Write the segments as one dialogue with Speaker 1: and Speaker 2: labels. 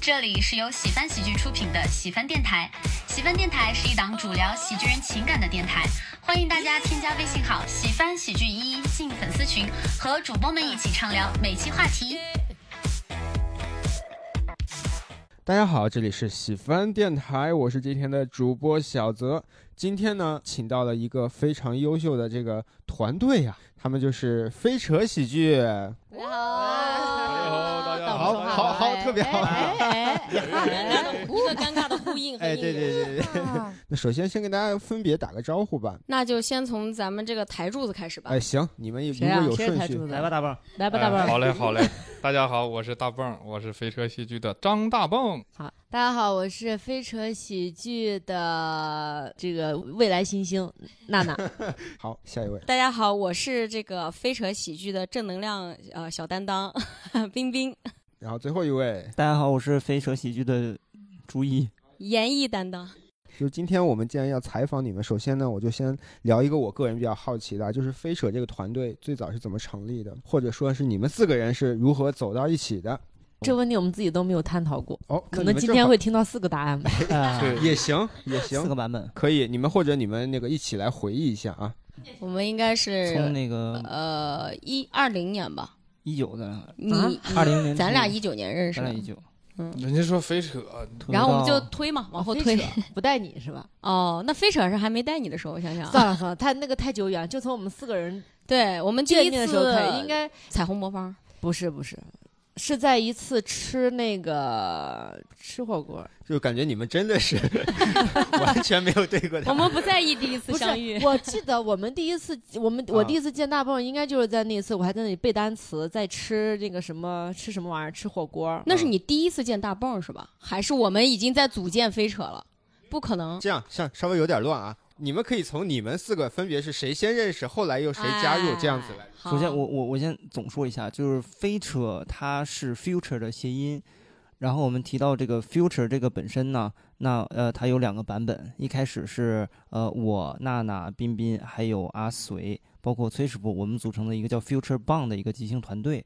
Speaker 1: 这里是由喜翻喜剧出品的喜翻电台。喜翻电台是一档主聊喜剧人情感的电台，欢迎大家添加微信号“喜翻喜剧一一”进粉丝群，和主播们一起畅聊每期话题。
Speaker 2: 大家好，这里是喜翻电台，我是今天的主播小泽。今天呢，请到了一个非常优秀的这个团队呀、他们就是飞车喜剧。
Speaker 3: 大家好，
Speaker 4: 大家
Speaker 3: 大
Speaker 4: 好
Speaker 2: 好好好，特别好。
Speaker 3: 哎哎哎，
Speaker 4: 一个尴尬的呼应和
Speaker 2: 哎，
Speaker 4: 应
Speaker 2: 对
Speaker 4: 援。
Speaker 2: 对对对。
Speaker 3: 哎
Speaker 2: 那首先先跟大家分别打个招呼吧。
Speaker 4: 那就先从咱们这个台柱子开始吧。
Speaker 2: 哎，行，你们如
Speaker 3: 谁啊
Speaker 2: 果？有
Speaker 3: 谁是
Speaker 2: 顺
Speaker 3: 台
Speaker 2: 序
Speaker 3: 柱，子？
Speaker 5: 来吧，，大棒，
Speaker 3: 来吧，
Speaker 6: 哎
Speaker 3: 大棒。
Speaker 6: 好嘞，好嘞，大家好，我是大蹦儿，我是飞车戏剧的张大蹦。
Speaker 3: 好，
Speaker 7: 大家好，我是飞车喜剧的这个未来新星娜娜。
Speaker 2: 好，下一位。
Speaker 4: 大家好，我是这个飞扯喜剧的正能量呃小担当 冰冰，
Speaker 2: 然后最后一位，
Speaker 5: 大家好，我是飞蛇喜剧的朱一。
Speaker 4: 演艺担当。
Speaker 2: 就是今天我们既然要采访你们，首先呢，我就先聊一个我个人比较好奇的啊，就是飞扯这个团队最早是怎么成立的，或者说是你们四个人是如何走到一起的？
Speaker 7: 这问题我们自己都没有探讨过，
Speaker 2: 哦，那
Speaker 7: 可
Speaker 2: 你
Speaker 7: 能
Speaker 2: 们
Speaker 7: 今
Speaker 2: 正
Speaker 7: 天
Speaker 2: 好
Speaker 7: 会听到四个答案吧。
Speaker 5: 啊，
Speaker 6: 对
Speaker 2: 也行，也
Speaker 5: 四个
Speaker 2: 行，
Speaker 5: 版本，
Speaker 2: 可以，你们或者你们那个一起来回忆一下啊。
Speaker 4: 我们应该
Speaker 5: 从
Speaker 4: 是
Speaker 5: 那个
Speaker 4: 呃一二零年吧，
Speaker 5: 一九的啊
Speaker 4: 你、
Speaker 5: 二零零，
Speaker 4: 咱俩一九年认识
Speaker 5: 咱俩
Speaker 4: 的
Speaker 5: 一，九，
Speaker 6: 人家说飞 扯，
Speaker 7: 啊
Speaker 5: 推
Speaker 4: 然后我们就
Speaker 5: 到
Speaker 4: 推嘛，往后推。
Speaker 7: 飞车 不带你是吧？
Speaker 4: 哦，那飞扯是还没带你的时候，我想想啊，
Speaker 7: 算了算了，他那个太久远，就从我们四个人
Speaker 4: 对我们第
Speaker 7: 见
Speaker 4: 一
Speaker 7: 面
Speaker 4: 次
Speaker 7: 的时候开始，应该
Speaker 4: 彩虹魔方，
Speaker 7: 不是不是，是在一次吃那个吃火锅，
Speaker 2: 就感觉你们真的 是完全没有对过
Speaker 4: 我
Speaker 2: 他。
Speaker 4: 们不在意第一次
Speaker 7: 不是。
Speaker 4: 相遇
Speaker 7: 啊我记得我们第一次，我们我第一次见大棒，应该就是在那一次，我还在那里背单词，在吃那个什么吃什么玩意儿，吃火锅。
Speaker 4: 那是
Speaker 2: 嗯
Speaker 4: 你第一次见大蹦是吧？还是我们已经在组建飞扯了？不可能，
Speaker 2: 这样，像稍微有点乱啊。你们可以从你们四个分别是谁先认识，后来又谁加入这样子来
Speaker 6: 啊
Speaker 4: 哎。好
Speaker 5: 首先我我我先总说一下，就是飞车它是 future 的谐音，然后我们提到这个 future 这个本身呢，那呃它有两个版本，一开始是呃我娜娜彬彬还有阿随，包括崔师傅，我们组成的一个叫 future bang 的一个即兴团队，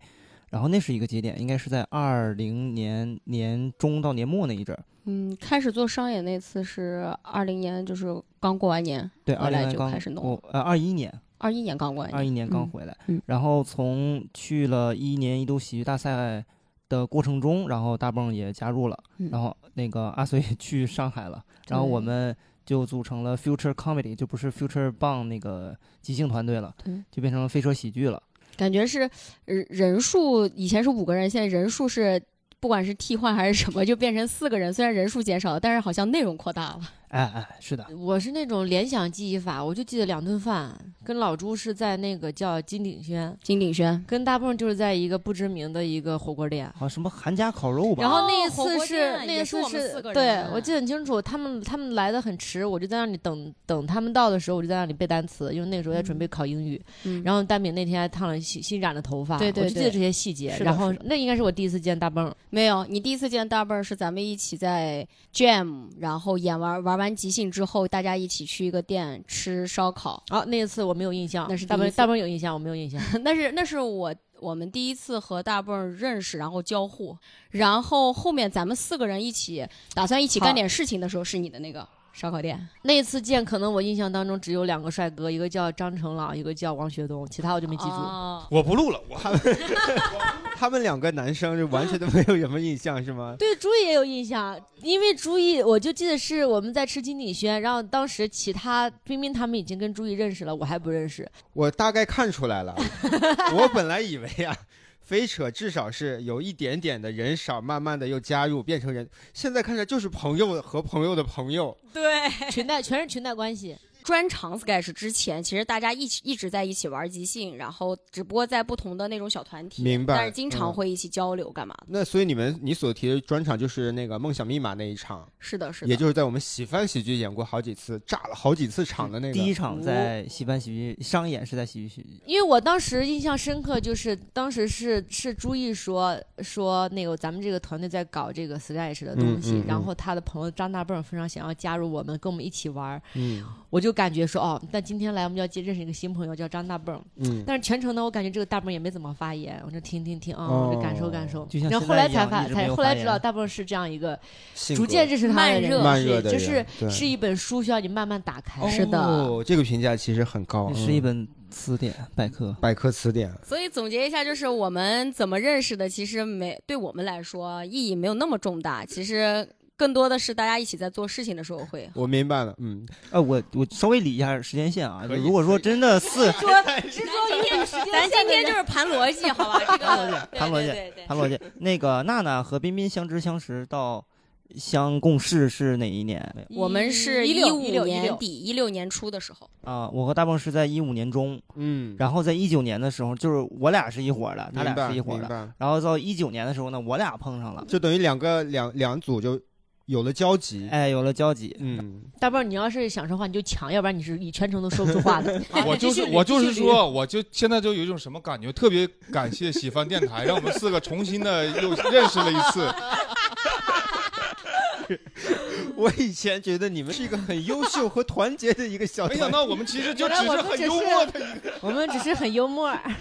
Speaker 5: 然后那是一个节点，应该是在二零年年中到年末那一阵儿，
Speaker 4: 嗯，开始做商演那次是二零年，就是刚过完年，
Speaker 5: 对，
Speaker 4: 后
Speaker 5: 二
Speaker 4: 来
Speaker 5: 零年
Speaker 4: 就
Speaker 5: 刚
Speaker 4: 开始弄
Speaker 5: 我呃二一年
Speaker 4: 二一年刚过完
Speaker 5: 二
Speaker 4: 年。
Speaker 5: 一年刚
Speaker 4: 嗯
Speaker 5: 回来，
Speaker 4: 嗯
Speaker 5: 然后从去了一年一度喜剧大赛的过程中，然后大蹦也加入了，
Speaker 4: 嗯
Speaker 5: 然后那个阿随也去 上海了，然后我
Speaker 4: 对
Speaker 5: 们就组成了 Future Comedy，就不是 Future Bang 那个即兴团队了
Speaker 4: 对，
Speaker 5: 就变成了飞车喜剧了。
Speaker 4: 感觉是呃人数以前是五个人，现在人数是不管是替换还是什么，就变成四个人。虽然人数减少了，但是好像内容扩大了。
Speaker 5: 哎哎，
Speaker 4: 嗯
Speaker 5: 是的，
Speaker 7: 我是那种联想记忆法，我就记得两顿饭，跟老朱是在那个叫金鼎轩，
Speaker 4: 金鼎轩，
Speaker 7: 跟大蹦就是在一个不知名的一个火锅店。
Speaker 5: 好像什么韩家烤肉吧，
Speaker 7: 然后那
Speaker 4: 哦
Speaker 7: 一
Speaker 4: 火
Speaker 7: 次
Speaker 4: 锅
Speaker 7: 是、
Speaker 4: 店
Speaker 7: 那
Speaker 4: 也
Speaker 7: 一
Speaker 4: 是
Speaker 7: 次
Speaker 4: 我们四个
Speaker 7: 对
Speaker 4: 人
Speaker 7: 我记得很清楚，他们他们来的很迟，我就在那里等等他们到的时候，我就在那里背单词，因为那个时候在准备考英语。
Speaker 4: 嗯
Speaker 7: 然后丹饼那天还烫了新新染了头发，
Speaker 4: 对对
Speaker 7: 我就记
Speaker 4: 对
Speaker 7: 得这些细节。
Speaker 4: 是的
Speaker 7: 然后
Speaker 4: 是的
Speaker 7: 那应该是我第一次见大蹦儿，
Speaker 4: 没有，你第一次见大辈儿是咱们一起在 Jam，然后演完玩完即兴之后，大家一起去一个店吃烧烤。
Speaker 7: 啊，那一次我没有印象，
Speaker 4: 那是
Speaker 7: 大
Speaker 4: 第一
Speaker 7: 蹦
Speaker 4: 次
Speaker 7: 大蹦有印象，我没有印象。
Speaker 4: 那是那是我我们第一次和大蹦儿认识，然后交互，然后后面咱们四个人一起打算一起
Speaker 7: 好
Speaker 4: 干点事情的时候，是你的那个烧烤店。
Speaker 7: 那一次见，可能我印象当中只有两个帅哥，一个叫张成朗，一个叫王学东，其他我就没记住。
Speaker 4: 哦
Speaker 6: 我不录了，我
Speaker 2: 他们两个男生就完全都没有什么印象是吗？
Speaker 7: 对朱毅也有印象，因为朱毅，我就记得是我们在吃金鼎轩，然后当时其他冰冰他们已经跟朱毅认识了，我还不认识。
Speaker 2: 我大概看出来 了，我本来以为啊，飞扯至少是有一点点的人少，慢慢的又加入变成人，现在看起来就是朋友和朋友的朋友。
Speaker 4: 对，
Speaker 7: 裙带全是裙带关系，
Speaker 4: 专场 sketch 之前，其实大家一起一直在一起玩即兴，然后只不过在不同的那种小团体，
Speaker 2: 明白
Speaker 4: 但是经常
Speaker 2: 嗯
Speaker 4: 会一起交流干嘛的。
Speaker 2: 那所以你们你所提的专场就是那个梦想密码那一场，
Speaker 4: 是的，是的，
Speaker 2: 也就是在我们喜翻喜剧演过好几次，炸了好几次场的那个。
Speaker 5: 第一场在西班喜剧商演是在喜剧喜剧，
Speaker 7: 因为我当时印象深刻，就是当时是是朱毅说说那个咱们这个团队在搞这个 sketch 的东西，
Speaker 2: 嗯嗯嗯
Speaker 7: 然后他的朋友张大蹦非常想要加入我们，跟我们一起玩儿，
Speaker 2: 嗯，
Speaker 7: 我就感觉说哦，但今天来我们要接认识一个新朋友，叫张大蹦。
Speaker 2: 嗯，
Speaker 7: 但是全程呢，我感觉这个大蹦也没怎么发言，我就听听听啊，
Speaker 2: 哦
Speaker 7: 我就感受感受
Speaker 5: 就。像
Speaker 7: 然后
Speaker 5: 现
Speaker 7: 后
Speaker 5: 在
Speaker 7: 来
Speaker 5: 一
Speaker 7: 才
Speaker 5: 样
Speaker 7: 发
Speaker 5: 一直没
Speaker 7: 才
Speaker 5: 有
Speaker 7: 后
Speaker 5: 发
Speaker 7: 来知道
Speaker 5: 言
Speaker 7: 大蹦是这样一个，
Speaker 5: 性
Speaker 7: 逐
Speaker 5: 格
Speaker 7: 渐认识他的
Speaker 1: 慢
Speaker 7: 人
Speaker 1: 热
Speaker 2: 慢热的
Speaker 7: 是就
Speaker 2: 人
Speaker 7: 是
Speaker 2: 对
Speaker 7: 是一本书，需要你慢慢打开。
Speaker 4: 是的
Speaker 2: 哦，这个评价其实很高，
Speaker 5: 是一
Speaker 2: 嗯
Speaker 5: 本词典百
Speaker 4: 嗯
Speaker 5: 科。
Speaker 2: 百科词典。
Speaker 4: 所以总结一下，就是我们怎么认识的，其实没对我们来说意义没有那么重大，其实更多的是大家一起在做事情的时候会。
Speaker 2: 我明白了，嗯，
Speaker 5: 呃，我我稍微理一下时间线啊。
Speaker 2: 可以
Speaker 5: 如果说 真的四
Speaker 7: 说执着于比时间
Speaker 4: 咱
Speaker 7: 线
Speaker 4: 今
Speaker 7: 的
Speaker 4: 天
Speaker 7: 人
Speaker 4: 就是盘逻辑，好 吧？ 这个
Speaker 5: 盘逻辑
Speaker 4: 对对对
Speaker 5: 潘罗姐，那个娜娜和彬彬相知相识到相共事是哪一年？
Speaker 4: 对我们是
Speaker 7: 一
Speaker 4: 一
Speaker 7: 六
Speaker 4: 五
Speaker 7: 一六一
Speaker 4: 年
Speaker 7: 六
Speaker 4: 底、一六年初的时候，
Speaker 5: 啊、我和大鹏是在一五年中，
Speaker 2: 嗯，
Speaker 5: 然后在一九年的时候，就是我俩是一伙儿的，他
Speaker 2: 明
Speaker 5: 俩
Speaker 2: 白
Speaker 5: 是一伙儿
Speaker 2: 明
Speaker 5: 的。
Speaker 2: 白
Speaker 5: 然后到一九年的时候呢，我俩碰上了，
Speaker 2: 就等于两个两两组就有了交集，
Speaker 5: 哎，有了交集。
Speaker 2: 嗯，
Speaker 7: 大豹，你要是想说话你就抢，要不然你是你全程都说不出话的。
Speaker 6: 我就是我就是说，我就现在就有一种什么感觉，特别感谢喜番电台，让我们四个重新的又认识了一 次。
Speaker 2: 我以前觉得你们是一个很优秀和团结的一个小
Speaker 6: 没
Speaker 2: 团
Speaker 6: 想到我们其实就只
Speaker 7: 原来
Speaker 6: 是
Speaker 7: 我们
Speaker 6: 很
Speaker 7: 只
Speaker 6: 幽
Speaker 7: 是
Speaker 6: 默的，
Speaker 7: 我们只是很幽默儿，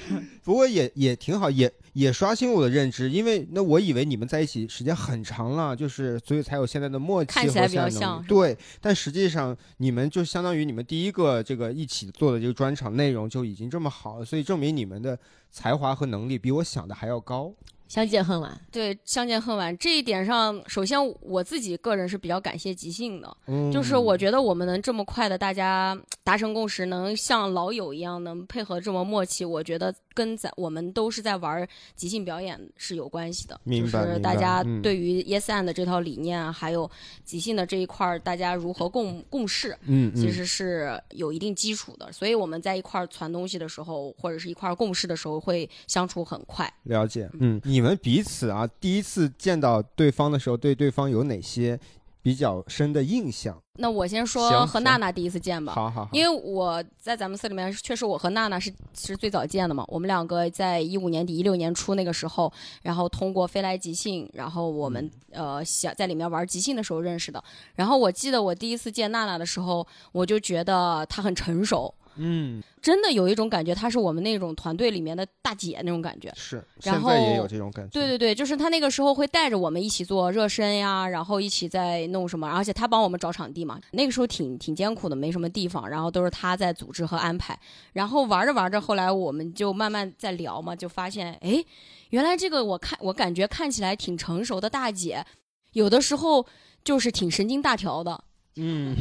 Speaker 2: 不过也也挺好，也也刷新我的认知，因为那我以为你们在一起时间很长了，就是所以才有现在的默契
Speaker 4: 看起来
Speaker 2: 和
Speaker 4: 比较
Speaker 2: 善能力
Speaker 4: 像是吧
Speaker 2: 对，但实际上你们就相当于你们第一个这个一起做的这个专场内容就已经这么好了，所以证明你们的才华和能力比我想的还要高。
Speaker 7: 相见恨晚。
Speaker 4: 对相见恨晚这一点上，首先我自己个人是比较感谢即兴的，
Speaker 2: 嗯，
Speaker 4: 就是我觉得我们能这么快的大家达成共识，能像老友一样能配合这么默契，我觉得跟在我们都是在玩即兴表演是有关系的。
Speaker 2: 明
Speaker 4: 就
Speaker 2: 白
Speaker 4: 是
Speaker 2: 明
Speaker 4: 大
Speaker 2: 白
Speaker 4: 家
Speaker 2: 嗯
Speaker 4: 对于 E Yes and 这套理念啊，还有即兴的这一块儿，大家如何共共事，
Speaker 2: 嗯，嗯
Speaker 4: 其实是有一定基础的。所以我们在一块儿传东西的时候，或者是一块儿共事的时候，会相处很快。
Speaker 2: 了解，嗯，你们彼此啊，第一次见到对方的时候，对对方有哪些比较深的印象？
Speaker 4: 那我先说
Speaker 2: 行
Speaker 4: 和
Speaker 2: 行
Speaker 4: 娜娜第一次见吧。
Speaker 2: 好好好，
Speaker 4: 因
Speaker 2: 为
Speaker 4: 为我在咱们四里面，确实我和娜娜是是最早见的嘛。我们两个在一五年底、一六年初那个时候，然后通过飞来即兴，然后我们、
Speaker 2: 嗯
Speaker 4: 呃想在里面玩即兴的时候认识的。然后我记得我第一次见娜娜的时候，我就觉得她很成熟，
Speaker 2: 嗯
Speaker 4: 真的有一种感觉，她是我们那种团队里面的大姐那种感觉。
Speaker 2: 是，
Speaker 4: 然
Speaker 2: 现在也
Speaker 4: 后
Speaker 2: 有这种感觉，
Speaker 4: 对对对，就是她那个时候会带着我们一起做热身呀，然后一起在弄什么，而且她帮我们找场地嘛。那个时候挺挺艰苦的，没什么地方，然后都是她在组织和安排。然后玩着玩着，后来我们就慢慢在聊嘛，就发现，哎，原来这个我看我感觉看起来挺成熟的大姐，有的时候就是挺神经大条的。 嗯，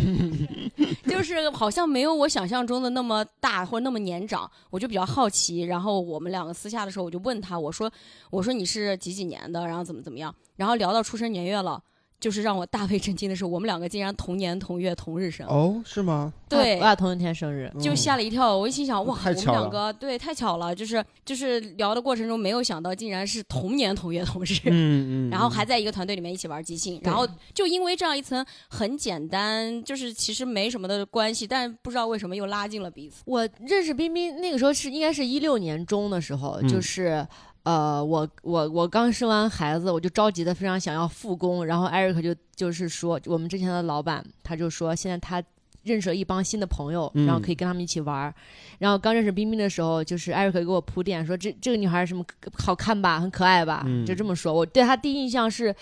Speaker 4: 就是好像没有我想象中的那么大或者那么年长，我就比较好奇。然后我们两个私下的时候，我就问她，我说我说你是几几年的，然后怎么怎么样，然后聊到出生年月了，就是让我大为震惊的是，我们两个竟然同年同月同日生，
Speaker 2: 哦，是吗？嗯
Speaker 4: 对
Speaker 7: 我。俩同一天生日。
Speaker 4: 就吓
Speaker 2: 了，
Speaker 4: 了一跳，我一心想，哇，
Speaker 2: 太
Speaker 4: 我们
Speaker 2: 巧
Speaker 4: 两
Speaker 2: 了
Speaker 4: 个对太巧了，就是就是聊的过程中没有想到，竟然是同年同月同日，
Speaker 2: 嗯嗯，
Speaker 4: 然后还在一个团队里面一起玩即兴，然后就因为这样一层很简单，就是其实没什么的关系，但不知道为什么又拉近了彼此。
Speaker 7: 我认识彬彬那个时候是应该是一六年中的时候，
Speaker 2: 嗯
Speaker 7: 就是。呃，我我我刚生完孩子，我就着急的非常想要复工，然后艾瑞克就就是说，我们之前的老板他就说，现在他认识了一帮新的朋友，
Speaker 2: 嗯
Speaker 7: 然后可以跟他们一起玩儿。然后刚认识彬彬的时候，就是艾瑞克给我铺垫说，这这个女孩儿什么可好看吧，很可爱吧，
Speaker 2: 嗯
Speaker 7: 就这么说。我对她第一印象是，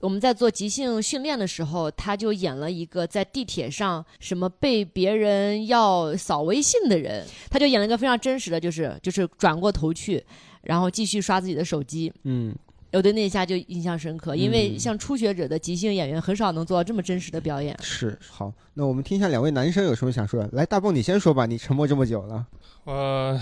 Speaker 7: 我们在做即兴训练的时候，他就演了一个在地铁上什么被别人要扫微信的人，他就演了一个非常真实的，就是就是转过头去，然后继续刷自己的手机。
Speaker 2: 嗯
Speaker 7: 我对那一下就印象深刻，因为
Speaker 2: 嗯
Speaker 7: 像初学者的即兴演员很少能做到这么真实的表演。
Speaker 2: 是好，那我们听一下两位男生有什么想说的。来，大蹦你先说吧，你沉默这么久了，
Speaker 6: 呃，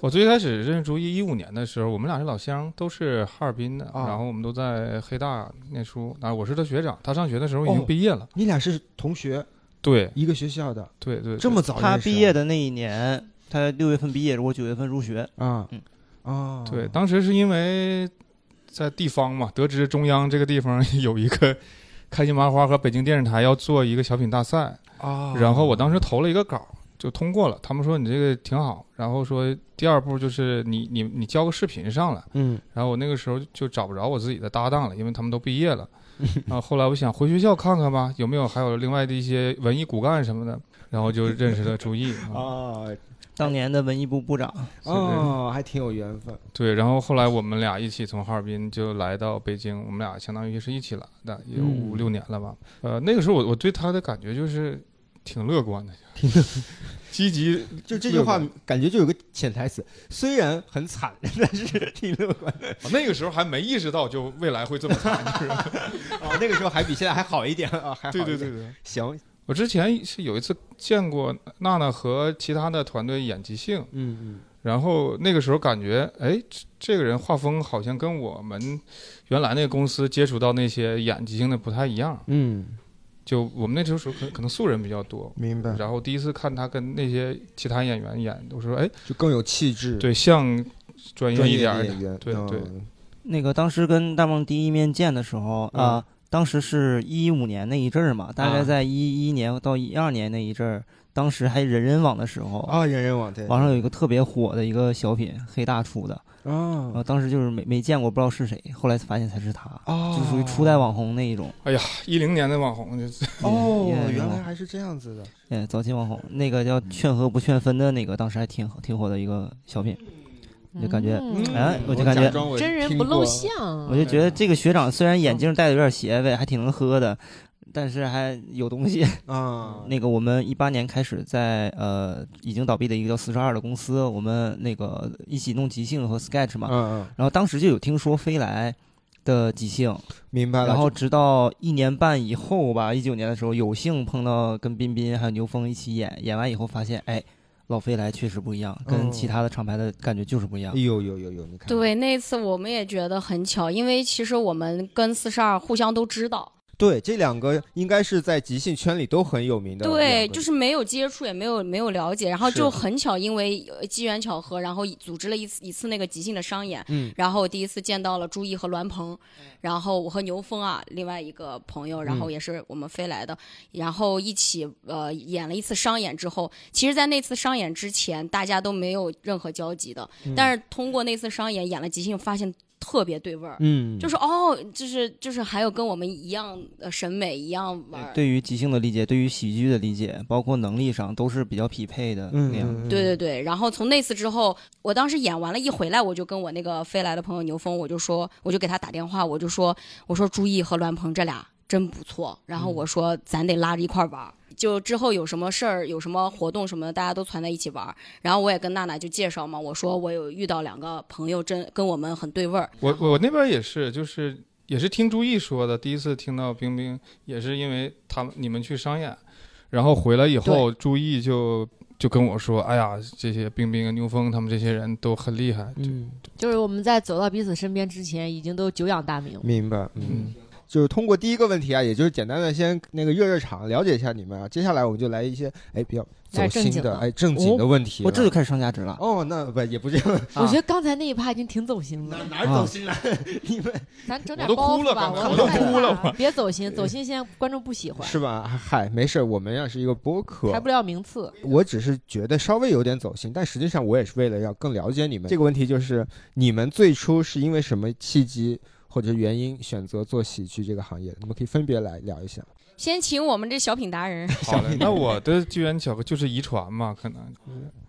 Speaker 6: 我最开始认识朱一一五年的时候，我们俩是老乡，都是哈尔滨的，
Speaker 2: 啊
Speaker 6: 然后我们都在黑大念书。啊，我是他学长，他上学的时候已
Speaker 2: 哦
Speaker 6: 经毕业了。
Speaker 2: 你俩是同学，
Speaker 6: 对
Speaker 2: 一个学校的，
Speaker 6: 对对，
Speaker 2: 这么早
Speaker 5: 他
Speaker 2: 认识啊
Speaker 5: 毕业的那一年，他六月份毕业，我九月份入学。
Speaker 2: 啊
Speaker 5: 嗯
Speaker 2: 啊，
Speaker 6: 对，当时是因为在地方嘛，得知中央这个地方 有一个开心麻花和北京电视台要做一个小品大赛，
Speaker 2: 啊，
Speaker 5: 哦
Speaker 6: 然后我当时投了一个稿，就通过了。他们说你这个挺好，然后说第二步就是你你你交个视频上来。
Speaker 2: 嗯
Speaker 6: 然后我那个时候就找不着我自己的搭档了，因为他们都毕业了。然后后来我想回学校看看吧，有没有还有另外的一些文艺骨干什么的，然后就认识了朱毅。啊
Speaker 2: 啊
Speaker 5: 当年的文艺部部长，
Speaker 2: 哦，还挺有缘分。
Speaker 6: 对，然后后来我们俩一起从哈尔滨就来到北京，我们俩相当于是一起来的，也有
Speaker 2: 嗯
Speaker 6: 五六年了吧。呃，那个时候我我对他的感觉就是挺乐观的，积极。
Speaker 2: 就这句话感觉就有个潜台词，虽然很惨，但是挺乐观。
Speaker 6: 那个时候还没意识到就未来会这么惨， 就是
Speaker 2: 哦，那个时候还比现在还好一点啊，还好一
Speaker 6: 对
Speaker 2: 点。
Speaker 6: 对对对。
Speaker 2: 行，
Speaker 6: 我之前是有一次见过娜娜和其他的团队演即兴，
Speaker 2: 嗯嗯。
Speaker 6: 然后那个时候感觉，哎，这这个人画风好像跟我们原来那个公司接触到那些演即兴的不太一样。
Speaker 2: 嗯，
Speaker 6: 就我们那时候可可能素人比较多，
Speaker 2: 明白，
Speaker 6: 然后第一次看他跟那些其他演员演，我说哎，
Speaker 2: 就更有气质，，
Speaker 6: 对，像专业
Speaker 2: 专
Speaker 6: 一
Speaker 2: 业
Speaker 6: 点
Speaker 2: 的
Speaker 6: 儿的
Speaker 2: 演员，
Speaker 6: 对对
Speaker 2: 嗯
Speaker 5: 那个当时跟大梦第一面见的时候啊、
Speaker 2: 嗯
Speaker 5: 当时是一五年那一阵儿嘛，大概在一一年到一二年那一阵儿，当时还人人网的时候，
Speaker 2: 啊，人人网对，
Speaker 5: 网上有一个特别火的一个小品，黑大出的，然
Speaker 2: 啊
Speaker 5: 后当时就是没没见过，不知道是谁，后来才发现才是他，
Speaker 2: 啊，
Speaker 5: 就属于初代网红那一种。
Speaker 6: 哎呀，一零年的网红就是
Speaker 2: 哦，
Speaker 5: 也
Speaker 2: 原来还是这样子的。
Speaker 5: 哎，早期网红那个叫“劝和不劝分”的那个，当时还挺挺火的一个小品，就感觉，
Speaker 7: 嗯
Speaker 5: 哎，我就感
Speaker 2: 假
Speaker 5: 觉，
Speaker 2: 装我
Speaker 7: 真人
Speaker 2: 听
Speaker 7: 不露
Speaker 2: 过，
Speaker 7: 相，
Speaker 5: 我就觉得这个学长虽然眼镜戴的有点邪味，还挺能喝的，但是还有东西。
Speaker 2: 啊，
Speaker 5: 那个我们一八年开始在呃已经倒闭的一个叫四十二的公司，我们那个一起弄即兴和 sketch 嘛，
Speaker 2: 嗯嗯，
Speaker 5: 然后当时就有听说飞来的即兴，
Speaker 2: 明白了。
Speaker 5: 然后直到一年半以后吧，一九年的时候有幸碰到跟彬彬还有牛峰一起演，演完以后发现，哎，老飞来确实不一样，
Speaker 2: 嗯
Speaker 5: 跟其他的厂牌的感觉就是不一样。
Speaker 2: 哎呦呦呦呦，你看，
Speaker 4: 对，那次我们也觉得很巧，因为其实我们跟四十二互相都知道，
Speaker 2: 对，这两个应该是在即兴圈里都很有名的两个。
Speaker 4: 对，就是没有接触，也没有没有了解，然后就是很巧，因为呃机缘巧合，然后组织了一次一次那个即兴的商演，
Speaker 2: 嗯
Speaker 4: 然后我第一次见到了朱毅和栾鹏，然后我和牛峰啊，另外一个朋友，然后也是我们飞来的，然后一起呃演了一次商演之后，其实，在那次商演之前，大家都没有任何交集的，但是通过那次商演演了即兴，发现特别对味儿。
Speaker 2: 嗯，
Speaker 4: 就是哦，就是就是还有跟我们一样呃审美一样玩儿，
Speaker 5: 对于即兴的理解，对于喜剧的理解，包括能力上都是比较匹配的
Speaker 2: 嗯
Speaker 5: 那样。
Speaker 2: 嗯
Speaker 4: 对对对，然后从那次之后，我当时演完了，一回来我就跟我那个飞来的朋友牛峰，我就说，我就给他打电话，我就说，我说朱毅和栾鹏这俩真不错，然后我说咱得拉着一块儿玩儿，就之后有什么事儿、有什么活动什么的，大家都攒在一起玩儿。然后我也跟娜娜就介绍嘛，我说我有遇到两个朋友真跟我们很对味儿，
Speaker 6: 我我那边也是，就是也是听朱毅说的，第一次听到冰冰也是因为他们你们去商演，然后回来以后，朱毅就就跟我说，哎呀，这些冰冰、牛峰他们这些人都很厉害，就
Speaker 2: 嗯，
Speaker 7: 就是我们在走到彼此身边之前，已经都久仰大名。
Speaker 2: 明白，嗯
Speaker 6: 嗯。
Speaker 2: 就是通过第一个问题啊，也就是简单的先那个热热场，了解一下你们啊。接下来我们就来一些哎比较走
Speaker 7: 点正
Speaker 2: 心
Speaker 7: 经
Speaker 2: 的
Speaker 7: 了
Speaker 2: 哎正经的问题了。
Speaker 5: 哦我这就开始上价值了。
Speaker 2: 哦，那不也不这样，
Speaker 7: 我觉得刚才那一趴已经挺走心了，
Speaker 2: 哪
Speaker 5: 儿走
Speaker 2: 心了？你们
Speaker 7: 咱整
Speaker 6: 我
Speaker 7: 点
Speaker 6: 都
Speaker 7: 包
Speaker 6: 哭
Speaker 7: 袱
Speaker 6: 了
Speaker 7: 吧，
Speaker 6: 刚才
Speaker 7: 我
Speaker 6: 我都
Speaker 7: 都害
Speaker 6: 哭了
Speaker 7: 怕别走心，走心现在观众不喜欢，
Speaker 2: 是吧？嗨，没事儿，我们呀是一个播客
Speaker 7: 抬，不了名次。
Speaker 2: 我只是觉得稍微有点走心，但实际上我也是为了要更了解你们。这个问题就是，你们最初是因为什么契机或者原因选择做喜剧这个行业的？你们可以分别来聊一下。
Speaker 4: 先请我们这小品达人，
Speaker 6: 好嘞，那我的机缘巧合就是遗传嘛，可能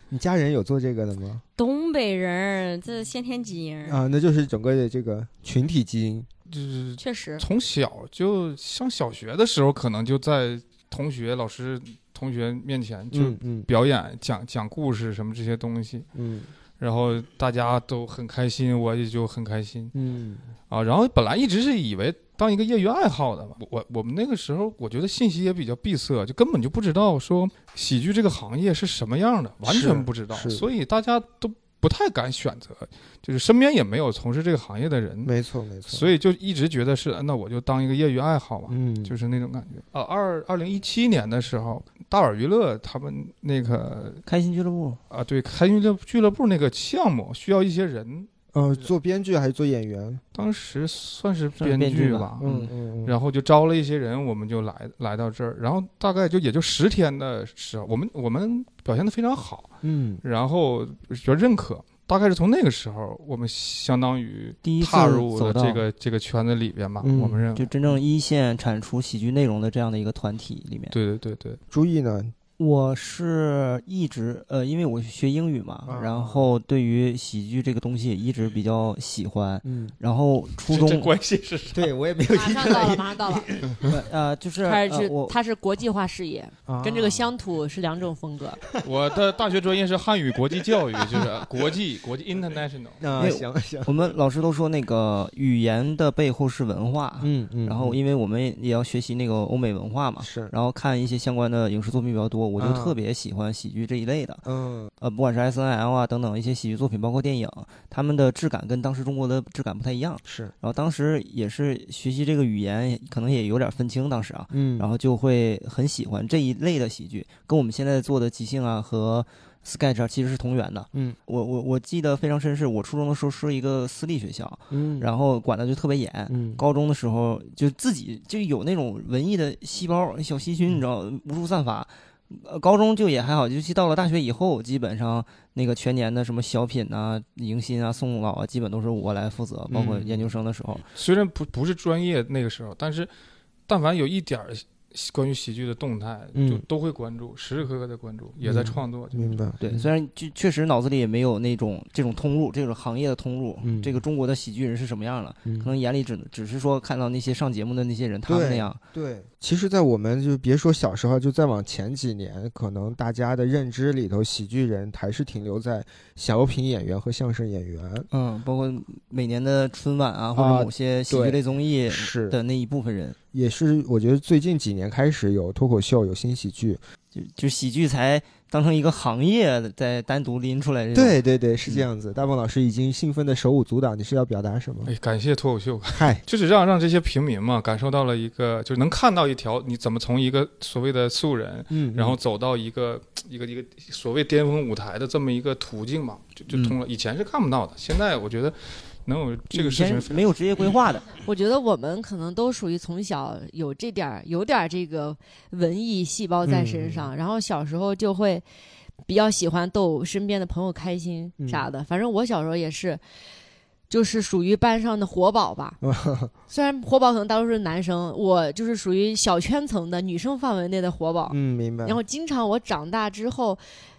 Speaker 2: 你家人有做这个的吗？
Speaker 4: 东北人这先天基因，
Speaker 2: 啊，那就是整个的这个群体基因。
Speaker 6: 就是
Speaker 4: 确实
Speaker 6: 从小就上小学的时候，可能就在同学、老师、同学面前就
Speaker 2: 嗯嗯
Speaker 6: 表演、讲讲故事什么这些东西，
Speaker 2: 嗯
Speaker 6: 然后大家都很开心，我也就很开心
Speaker 2: 嗯
Speaker 6: 啊。然后本来一直是以为当一个业余爱好的嘛，我我我们那个时候我觉得信息也比较闭塞，就根本就不知道说喜剧这个行业是什么样的，完
Speaker 2: 是
Speaker 6: 全不知道，
Speaker 2: 是
Speaker 6: 所以大家都不太敢选择，就是身边也没有从事这个行业的人。
Speaker 2: 没错没错。嗯
Speaker 6: 所
Speaker 2: 以
Speaker 6: 以就一直觉得是，那我就当一个业余爱好吧，
Speaker 2: 嗯
Speaker 6: 就是那种感觉。呃，二二零一七年的时候，大碗娱乐他们那个
Speaker 5: 开心俱乐部，
Speaker 6: 啊，对，开心俱乐俱乐部那个项目需要一些人
Speaker 2: 呃，做编剧还是做演员？
Speaker 6: 当时算是
Speaker 5: 算
Speaker 6: 编
Speaker 5: 是编剧
Speaker 6: 剧
Speaker 5: 吧
Speaker 6: 吧，
Speaker 2: 嗯嗯，
Speaker 6: 然后就招了一些人，我们就来来到这儿，然后大概就也就十天的时候，我们我们表现的非常好，
Speaker 2: 嗯
Speaker 6: 然后觉得认可，大概是从那个时候，我们相当于
Speaker 5: 第一次
Speaker 6: 踏入
Speaker 5: 走
Speaker 6: 了
Speaker 5: 到
Speaker 6: 这个这个圈子里边吧，
Speaker 2: 嗯
Speaker 6: 我们认
Speaker 5: 就
Speaker 6: 为，
Speaker 5: 真正一线产出喜剧内容的这样的一个团体里面。
Speaker 6: 对对对对，
Speaker 2: 朱毅呢？
Speaker 5: 我是一直呃，因为我学英语嘛，
Speaker 2: 啊
Speaker 5: 然后对于喜剧这个东西也一直比较喜欢。
Speaker 2: 嗯，
Speaker 5: 然后初
Speaker 6: 这
Speaker 5: 中
Speaker 6: 关系是啥？
Speaker 2: 对我也没有
Speaker 7: 马上到了，马上到了，
Speaker 5: 呃就是
Speaker 3: 开始
Speaker 5: 呃
Speaker 3: 是
Speaker 5: 我
Speaker 3: 它是国际化视野，
Speaker 2: 啊
Speaker 3: 跟
Speaker 6: 啊
Speaker 3: 这个乡土是两种风格。
Speaker 6: 我的大学专业是汉语国际 教育，就是国际国际 international。
Speaker 2: 啊，行行，
Speaker 5: 我们老师都说那个语言的背后是文化，
Speaker 2: 嗯嗯
Speaker 5: 然后因为我们也要学习那个欧美文化嘛，
Speaker 2: 是，
Speaker 5: 然后看一些相关的影视作品比较多，我就
Speaker 2: 啊
Speaker 5: 特别喜欢喜剧这一类的，
Speaker 2: 嗯
Speaker 5: 呃，不管是 S N L 啊等等一些喜剧作品，包括电影，他们的质感跟当时中国的质感不太一样。
Speaker 2: 是，
Speaker 5: 然后当时也是学习这个语言，可能也有点分清当时啊，
Speaker 2: 嗯
Speaker 5: 然后就会很喜欢这一类的喜剧，跟我们现在做的即兴啊和 sketch 啊其实是同源的。
Speaker 2: 嗯
Speaker 5: 我我我记得非常深，是我初中的时候是一个私立学校，
Speaker 2: 嗯后
Speaker 5: 然后管的就特别严。
Speaker 2: 嗯
Speaker 5: 高中的时候就自己就有那种文艺的细胞、小细
Speaker 2: 嗯
Speaker 5: 菌，你知道，无处散发。呃，高中就也还好，尤其到了大学以后，基本上那个全年的什么小品啊、迎新啊、送老啊，基本都是我来负责，包括
Speaker 2: 嗯
Speaker 5: 研究生的时候。
Speaker 6: 虽然不不是专业那个时候，但是但凡有一点儿喜关于喜剧的动态，
Speaker 2: 嗯
Speaker 6: 就都会关注，时时刻刻的关注，也在
Speaker 2: 嗯
Speaker 6: 创作。
Speaker 2: 明白，
Speaker 5: 对，虽然就确实脑子里也没有那种这种通路，这种行业的通路，
Speaker 2: 嗯
Speaker 5: 这个中国的喜剧人是什么样了，
Speaker 2: 嗯
Speaker 5: 可能眼里只只是说看到那些上节目的那些人，他们那样。
Speaker 2: 对，其实，在我们就别说小时候，就再往前几年，可能大家的认知里头，喜剧人还是停留在小品演员和相声演员。
Speaker 5: 嗯，包括每年的春晚啊，或者某些喜剧类综艺
Speaker 2: 是
Speaker 5: 的那一部分人，
Speaker 2: 也是我觉得最近几年开始有脱口秀，有新喜剧。
Speaker 5: 就就喜剧才当成一个行业再单独拎出来这种。
Speaker 2: 对对对，是这样子。大鹏老师已经兴奋的手舞足蹈，你是要表达什么？
Speaker 6: 哎，感谢脱口 秀，
Speaker 2: 嗨，
Speaker 6: 就是让让这些平民嘛，感受到了一个，就是能看到一条你怎么从一个所谓的素人，
Speaker 2: 嗯，
Speaker 6: 然后走到一个一个一个所谓巅峰舞台的这么一个途径嘛，就就
Speaker 2: 嗯
Speaker 6: 通了。以前是看不到的，现在我觉得能有这个
Speaker 5: 以
Speaker 6: 事
Speaker 5: 前
Speaker 6: 情
Speaker 5: 没有职业规划的，
Speaker 7: 我觉得我们可能都属于从小有这点儿有点儿这个文艺细胞在身上，然后小时候就会比较喜欢逗身边的朋友开心啥的。反正我小时候也是，就是属于班上的活宝吧。虽然活宝可能大多数是男生，我就是属于小圈层的女生范围内的活宝。
Speaker 2: 嗯，明白。
Speaker 7: 然后经常我长大之后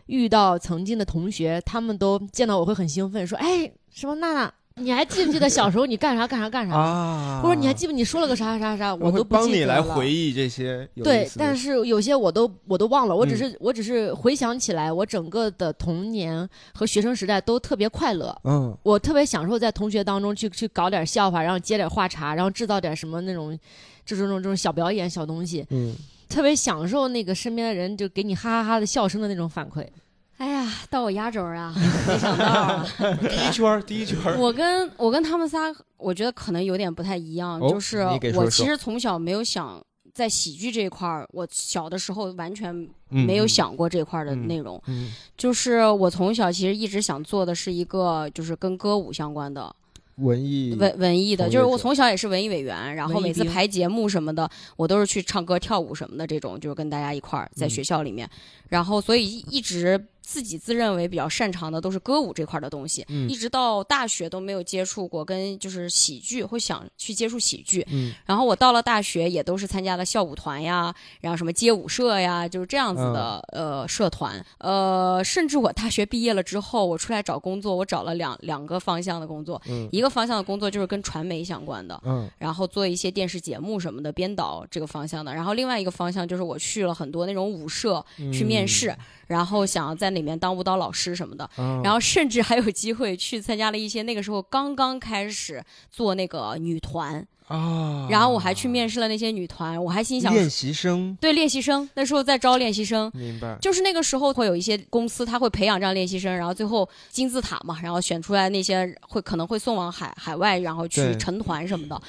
Speaker 7: 遇到曾经的同学，他们都见到我会很兴奋，说：“哎，什么娜娜，你还记不记得小时候你干啥干啥干啥？”
Speaker 2: 啊，
Speaker 7: 或者你还记不？你说了个啥啥啥，
Speaker 2: 我
Speaker 7: 都
Speaker 2: 会
Speaker 7: 不
Speaker 2: 帮
Speaker 7: 记
Speaker 2: 你
Speaker 7: 得
Speaker 2: 来
Speaker 7: 了
Speaker 2: 回忆这些有意
Speaker 7: 对，
Speaker 2: 思的
Speaker 7: 但
Speaker 2: 事
Speaker 7: 是有些我都我都忘了，我只
Speaker 2: 嗯
Speaker 7: 是、我只是回想起来，我整个的童年和学生时代都特别快乐，
Speaker 2: 嗯
Speaker 7: 我特别享受在同学当中去去搞点笑话，然后接点话茬，然后制造点什么那种，这种这种这种小表演小东西，
Speaker 2: 嗯，
Speaker 7: 特别享受那个身边的人就给你哈哈哈的笑声的那种反馈。
Speaker 4: 哎呀，到我压轴 啊！没想到啊，
Speaker 6: 第一圈儿第一圈儿
Speaker 4: 我跟我跟他们仨，我觉得可能有点不太一样，
Speaker 2: 哦
Speaker 4: 就是
Speaker 2: 你给
Speaker 4: 我
Speaker 2: 说说
Speaker 4: 其实从小没有想在喜剧这一块儿，我小的时候完全
Speaker 6: 嗯
Speaker 4: 没有想过这块儿的内容。
Speaker 2: 嗯，
Speaker 4: 就是我从小其实一直想做的是一个，就是跟歌舞相关的
Speaker 2: 文艺
Speaker 4: 文文艺的，
Speaker 2: 嗯从
Speaker 4: 就是
Speaker 2: 业
Speaker 4: 我
Speaker 2: 者
Speaker 4: 从小也是文艺委员，然后
Speaker 7: 文艺
Speaker 4: 每次
Speaker 7: 兵
Speaker 4: 排节目什么的，我都是去唱歌跳舞什么的，这种就是跟大家一块儿在
Speaker 2: 嗯
Speaker 4: 学校里面，然后所以一一直自己自认为比较擅长的都是歌舞这块儿的东西，
Speaker 2: 嗯
Speaker 4: 一直到大学都没有接触过跟就是喜剧，会想去接触喜剧，
Speaker 2: 嗯
Speaker 4: 然后我到了大学也都是参加了校舞团呀，然后什么街舞社呀，就是这样子的、
Speaker 2: 嗯
Speaker 4: 呃社团。呃，甚至我大学毕业了之后，我出来找工作，我找了两两个方向的工作，
Speaker 2: 嗯
Speaker 4: 一个方向的工作就是跟传媒相关的。
Speaker 2: 嗯
Speaker 4: 然后做一些电视节目什么的编导这个方向的，然后另外一个方向就是我去了很多那种舞社
Speaker 2: 嗯
Speaker 4: 去面试，然后想要在里面当舞蹈老师什么的，
Speaker 2: 嗯，
Speaker 4: 然后甚至还有机会去参加了一些那个时候刚刚开始做那个女团，
Speaker 2: 啊，
Speaker 4: 然后我还去面试了那些女团，我还心想
Speaker 2: 练习生，
Speaker 4: 对练习生，那时候在招练习生。
Speaker 2: 明白？
Speaker 4: 就是那个时候会有一些公司，他会培养这样练习生，然后最后金字塔嘛，然后选出来那些会可能会送往海海外，然后去
Speaker 2: 对
Speaker 4: 成团什么的。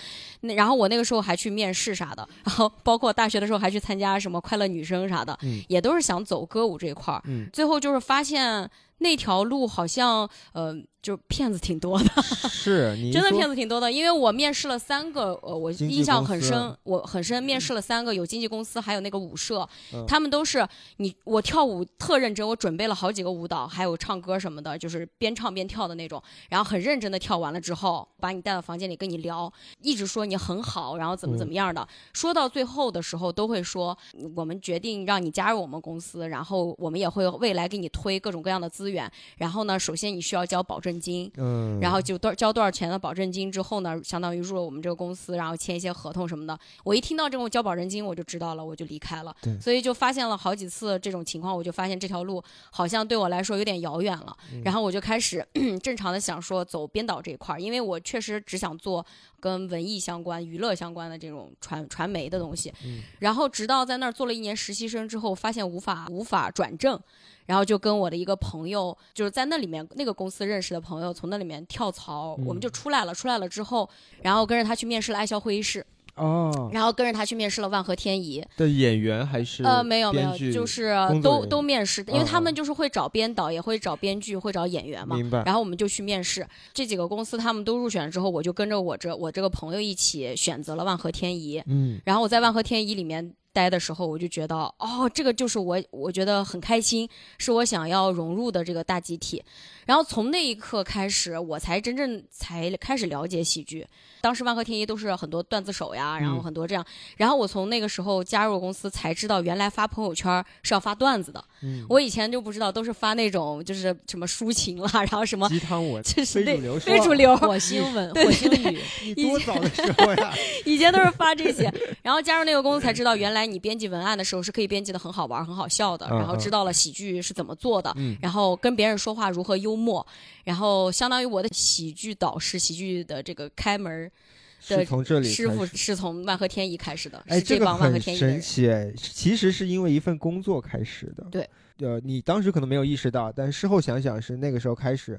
Speaker 4: 那然后我那个时候还去面试啥的，然后包括大学的时候还去参加什么快乐女声啥的，
Speaker 2: 嗯
Speaker 4: 也都是想走歌舞这一块儿。
Speaker 2: 嗯，
Speaker 4: 最后就是发现那条路好像，呃，就是骗子挺多的，
Speaker 2: 是你
Speaker 4: 真的
Speaker 2: 说
Speaker 4: 骗子挺多的。因为我面试了三个，呃，我
Speaker 2: 经纪
Speaker 4: 印象很
Speaker 2: 公司啊
Speaker 4: 深，我很深面试了三个，有经纪公司，还有那个舞社，
Speaker 2: 嗯
Speaker 4: 他们都是你我跳舞特认真，我准备了好几个舞蹈，还有唱歌什么的，就是边唱边跳的那种。然后很认真的跳完了之后，把你带到房间里跟你聊，一直说你很好，然后
Speaker 2: 嗯
Speaker 4: 怎么怎么样的。说到最后的时候，都会说嗯我们决定让你加入我们公司，然后我们也会未来给你推各种各样的资源。然后呢，首先你需要交保证金，
Speaker 2: 嗯，
Speaker 4: 然后就多交多少钱的保证金之后呢，相当于入了我们这个公司，然后签一些合同什么的。我一听到这种交保证金，我就知道了，我就离开了
Speaker 2: 对。
Speaker 4: 所以就发现了好几次这种情况，我就发现这条路好像对我来说有点遥远了。
Speaker 2: 嗯
Speaker 4: 然后我就开始正常的想说走编导这一块儿，因为我确实只想做跟文艺相关、娱乐相关的这种传传媒的东西。
Speaker 2: 嗯
Speaker 4: 然后直到在那儿做了一年实习生之后，发现无法无法转正，然后就跟我的一个朋友，就是在那里面那个公司认识的朋友，从那里面跳槽，
Speaker 2: 嗯
Speaker 4: 我们就出来了。出来了之后，然后跟着他去面试了爱笑会议室，
Speaker 2: 哦
Speaker 4: 然后跟着他去面试了万合天宜。
Speaker 2: 的演员还是
Speaker 4: 呃，没有没
Speaker 2: 编
Speaker 4: 有，
Speaker 2: 剧
Speaker 4: 就是
Speaker 2: 工作
Speaker 4: 都
Speaker 2: 人员
Speaker 4: 都面试，因为他
Speaker 2: 嗯
Speaker 4: 们
Speaker 2: 嗯
Speaker 4: 就是会找编导，也会找编剧，会找演员嘛。
Speaker 2: 明白
Speaker 4: 然后我们就去面试，这几个公司他们都入选了之后，我就跟着我这我这个朋友一起选择了万合天宜。
Speaker 2: 嗯
Speaker 4: 然后我在万合天宜里面待的时候，我就觉得，哦，这个就是我，我觉得很开心，是我想要融入的这个大集体。然后从那一刻开始，我才真正才开始了解喜剧。当时万合天宜都是很多段子手呀，然后
Speaker 2: 嗯
Speaker 4: 很多这样。然后我从那个时候加入公司，才知道原来发朋友圈是要发段子的。
Speaker 2: 嗯，
Speaker 4: 我以前就不知道，都是发那种就是什么抒情啦， 然后什么
Speaker 2: 鸡汤 我
Speaker 4: 就是
Speaker 2: 非
Speaker 4: 那
Speaker 2: 主流说
Speaker 4: 非主流，
Speaker 7: 火星 文、
Speaker 4: 对
Speaker 7: 火
Speaker 4: 对
Speaker 7: 星语，
Speaker 2: 你多早的时候 呀，
Speaker 4: 以前都是发这些， 然后加入那个公司才知道，原来你编辑文案的时候是可以编辑的很好玩、很好笑的，
Speaker 2: 嗯
Speaker 4: 然后知道了喜剧是怎么做的，
Speaker 2: 嗯
Speaker 4: 然后跟别人说话如何幽默，然后相当于我的喜剧导师、喜剧的这个开门
Speaker 2: 是从这里
Speaker 4: 师
Speaker 2: 开
Speaker 4: 傅
Speaker 2: 始。
Speaker 4: 是从万合天宜开始的，
Speaker 2: 哎，
Speaker 4: 是
Speaker 2: 这个
Speaker 4: 帮万合
Speaker 2: 很
Speaker 4: 天宜的
Speaker 2: 神
Speaker 4: 人。
Speaker 2: 奇哎，其实是因为一份工作开始的。
Speaker 4: 对，
Speaker 2: 呃，你当时可能没有意识到，但事后想想是那个时候开始，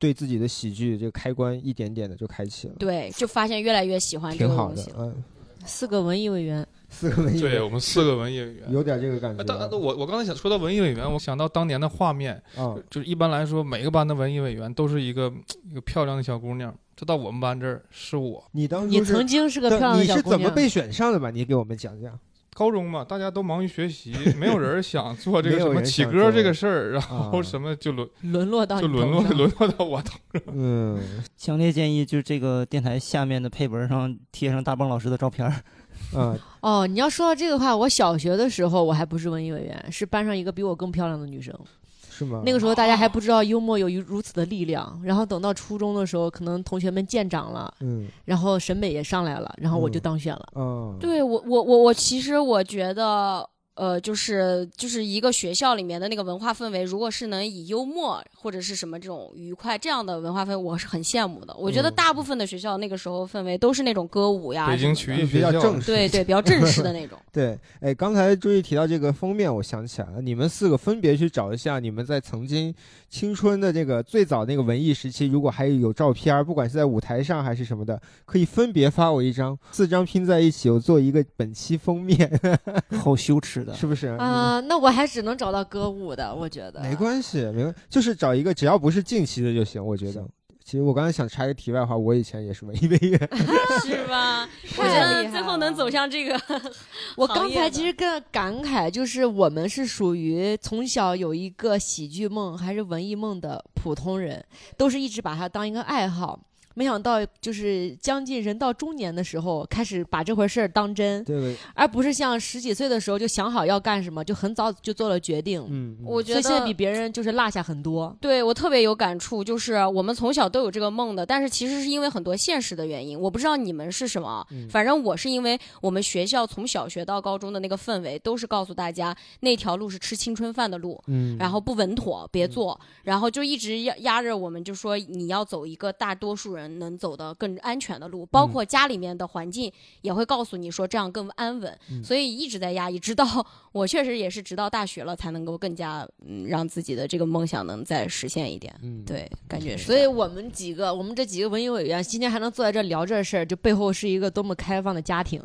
Speaker 2: 对自己的喜剧这个开关一点点的就开启了，
Speaker 4: 对，就发现越来越喜
Speaker 7: 啊
Speaker 4: 欢这
Speaker 2: 挺
Speaker 4: 个
Speaker 2: 好
Speaker 4: 东
Speaker 2: 的
Speaker 4: 西。。
Speaker 2: 嗯，
Speaker 7: 四个文艺委员，
Speaker 2: 四个文艺
Speaker 6: 对我们四个文艺委员。
Speaker 2: 有点这个感
Speaker 6: 哎
Speaker 2: 觉
Speaker 6: 当
Speaker 2: 了。
Speaker 6: 我我刚才想说到文艺委员，我想到当年的画面，
Speaker 2: 啊，
Speaker 6: 就是一般来说，每个班的文艺委员都是一个一个漂亮的小姑娘。就到我们班这儿是我，
Speaker 2: 你当
Speaker 7: 你
Speaker 2: 初
Speaker 7: 曾
Speaker 2: 是
Speaker 7: 经是个漂亮
Speaker 2: 但
Speaker 7: 的
Speaker 2: 你
Speaker 7: 小
Speaker 2: 是
Speaker 7: 姑
Speaker 2: 怎么
Speaker 7: 娘，
Speaker 2: 被选上的吧？你给我们讲 讲。
Speaker 6: 高中嘛，大家都忙于学习，没有人想做这个
Speaker 2: 没有
Speaker 6: 什么
Speaker 2: 人
Speaker 6: 起
Speaker 2: 想
Speaker 6: 歌
Speaker 2: 做
Speaker 6: 这个事儿，然
Speaker 2: 啊
Speaker 6: 后哦什么就沦
Speaker 7: 沦落到
Speaker 6: 就
Speaker 7: 你
Speaker 6: 沦
Speaker 7: 头
Speaker 6: 落
Speaker 7: 上
Speaker 6: 沦落到我头。
Speaker 2: 嗯
Speaker 5: 强烈建议就是这个电台下面的配文上贴上大棒老师的照片儿。
Speaker 2: 啊，
Speaker 7: 哦，你要说到这个话，我小学的时候我还不是文艺委员，是班上一个比我更漂亮的女生。
Speaker 2: 是吗？
Speaker 7: 那个时候大家还不知道幽默有如此的力量。然后等到初中的时候，可能同学们见长了，
Speaker 2: 嗯
Speaker 7: 然后审美也上来了，然后我就
Speaker 2: 嗯
Speaker 7: 当选了。
Speaker 2: 啊，
Speaker 4: 对我，我我我其实我觉得，呃，就是就是一个学校里面的那个文化氛围，如果是能以幽默或者是什么这种愉快这样的文化氛围，我是很羡慕的。我觉得
Speaker 2: 嗯
Speaker 4: 大部分的学校那个时候氛围都是那种歌舞呀
Speaker 6: 北
Speaker 4: 什么
Speaker 6: 京
Speaker 4: 的，
Speaker 6: 曲
Speaker 2: 就
Speaker 6: 艺
Speaker 2: 比
Speaker 6: 学
Speaker 2: 较
Speaker 6: 校，
Speaker 2: 正式。
Speaker 4: 对对，比较正式的那 种。
Speaker 2: 对，哎，刚才注意提到这个封面，我想起来了，你们四个分别去找一下你们在曾经青春的这个最早那个文艺时期，如果还有照片儿，不管是在舞台上还是什么的，可以分别发我一张，四张拼在一起，我做一个本期封面，
Speaker 5: 好羞耻的，
Speaker 2: 是不是？嗯
Speaker 7: 啊、那我还只能找到歌舞的，我觉得
Speaker 2: 没关系，没关系，就是找一个只要不是近期的就行，我觉得。其实我刚才想插一个题外话，我以前也是文艺委 员，
Speaker 4: 是吧？ 我
Speaker 7: 太
Speaker 4: 觉
Speaker 7: 厉
Speaker 4: 得
Speaker 7: 害
Speaker 4: 最后能
Speaker 7: 了
Speaker 4: 走向这个
Speaker 7: 我
Speaker 4: 行
Speaker 7: 刚
Speaker 4: 业
Speaker 7: 才
Speaker 4: 的
Speaker 7: 其实更感慨，就是我们是属于从小有一个喜剧梦还是文艺梦的普通人，都是一直把它当一个爱好。没想到，就是将近人到中年的时候，开始把这回事儿当真，
Speaker 2: 对不对？
Speaker 7: 而不是像十几岁的时候就想好要干什么，就很早就做了决定。
Speaker 2: 嗯，嗯
Speaker 4: 我觉
Speaker 7: 所以
Speaker 4: 得
Speaker 7: 现在比别人就是落下很多。
Speaker 4: 对我特别有感触，就是我们从小都有这个梦的，但是其实是因为很多现实的原因，我不知道你们是什么，啊
Speaker 2: 嗯
Speaker 4: 反正我是因为我们学校从小学到高中的那个氛围，都是告诉大家那条路是吃青春饭的路，
Speaker 2: 嗯，
Speaker 4: 然后不稳妥，别做，然后就一直压压着我们，就说你要走一个大多数人人能走得更安全的路，
Speaker 2: 嗯
Speaker 4: 包括家里面的环境也会告诉你说这样更安稳，
Speaker 2: 嗯
Speaker 4: 所以一直在压抑，直到我确实也是直到大学了才能够更加嗯让自己的这个梦想能再实现一点，
Speaker 2: 嗯，
Speaker 4: 对，感觉是这
Speaker 7: 所以
Speaker 4: 样，
Speaker 7: 我们几个，我们这几个文艺委员今天还能坐在这聊这事儿，就背后是一个多么开放的家 庭，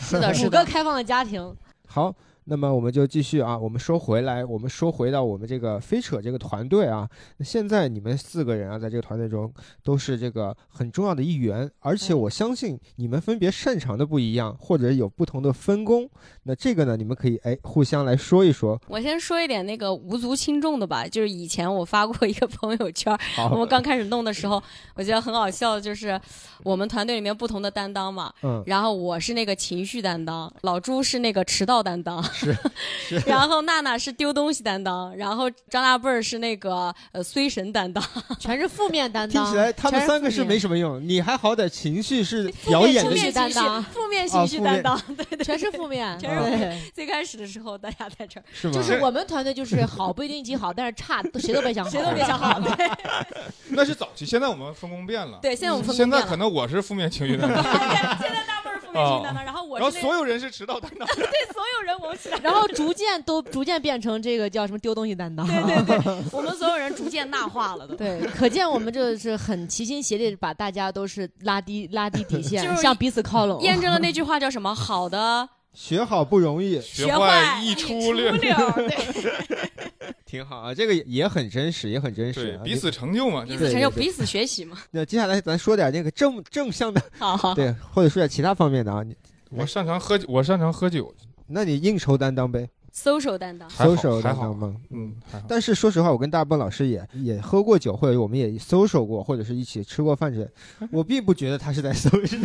Speaker 5: 是的，
Speaker 7: 五个开放的家庭。
Speaker 2: 好，那么我们就继续啊，我们说回来，我们说回到我们这个飞扯这个团队啊，那现在你们四个人啊，在这个团队中都是这个很重要的一员，而且我相信你们分别擅长的不一样，或者有不同的分工，那这个呢，你们可以哎互相来说一说。
Speaker 4: 我先说一点那个无足轻重的吧，就是以前我发过一个 朋友圈，我
Speaker 2: 好，
Speaker 4: 们刚开始弄的时候，我觉得很好笑，就是我们团队里面不同的担当嘛，
Speaker 2: 嗯，
Speaker 4: 然后我是那个情绪担当，老朱是那个迟到担当， 然后娜娜是丢东西担当，然后张大辈儿是那个呃衰神担当，
Speaker 7: 全是负面担
Speaker 2: 听
Speaker 7: 当。
Speaker 2: 起来他们三个是没
Speaker 7: 什
Speaker 2: 什么用，你还好歹情绪是表演
Speaker 7: 负
Speaker 2: 的
Speaker 4: 负
Speaker 7: 面
Speaker 4: 面
Speaker 2: 一
Speaker 7: 情绪
Speaker 4: 情
Speaker 7: 担
Speaker 4: 绪
Speaker 7: 当
Speaker 4: 负面情绪担当，
Speaker 2: 啊负面
Speaker 4: 对对
Speaker 7: 么，全是负 面，
Speaker 4: 全是
Speaker 2: 负
Speaker 7: 对
Speaker 4: 最开始的时候大家在这儿，
Speaker 2: 啊是吗？
Speaker 7: 就是我们团队就是好不一定一起好，但是差都谁都别想 好，
Speaker 4: 谁都别想
Speaker 7: 啊
Speaker 4: 好，对
Speaker 6: 那是早期，现在我们分工变了。
Speaker 4: 对，现在我们分
Speaker 6: 现
Speaker 4: 工
Speaker 6: 在
Speaker 4: 变了，
Speaker 6: 可能我是负面情绪 担当，
Speaker 4: 现在大辈儿负面情绪担当，然后我
Speaker 6: 然后
Speaker 4: 是那
Speaker 6: 所有人是迟到担当。
Speaker 4: 对所有人我是。
Speaker 7: 然后逐渐都逐渐变成这个叫什么丢东西担当。
Speaker 4: 对 对对，我们所有人逐渐纳化了都。
Speaker 7: 对，可见我们就是很齐心协力，把大家都是 拉低拉低底线
Speaker 4: 就，是
Speaker 7: 向彼此靠拢。
Speaker 4: 验证了那句话叫什么？好的
Speaker 2: 学好不容易，
Speaker 6: 学坏一出溜，
Speaker 4: 溜儿，对，
Speaker 2: 挺好啊，这个也很真实，也很真实
Speaker 6: 对
Speaker 2: 啊、，
Speaker 6: 彼此成就嘛，就
Speaker 4: 彼
Speaker 6: 是
Speaker 4: 此成就，
Speaker 2: 对对对
Speaker 4: 彼此学习嘛。
Speaker 2: 那接下来咱说点那个正正向的，
Speaker 4: 好好，
Speaker 2: 对，或者说点其他方面的啊。你
Speaker 6: 我擅长喝酒，我擅长喝酒，
Speaker 2: 那你应酬担当呗，
Speaker 4: social 担当。
Speaker 6: 还好
Speaker 2: 搜手
Speaker 6: 还
Speaker 2: 担
Speaker 6: 好
Speaker 2: 当，吗？
Speaker 6: 嗯，还好。
Speaker 2: 但是说实话，我跟大笨老师也也喝过酒，或者我们也搜手过，或者是一起吃过饭之类。 我并不觉得他是在搜手，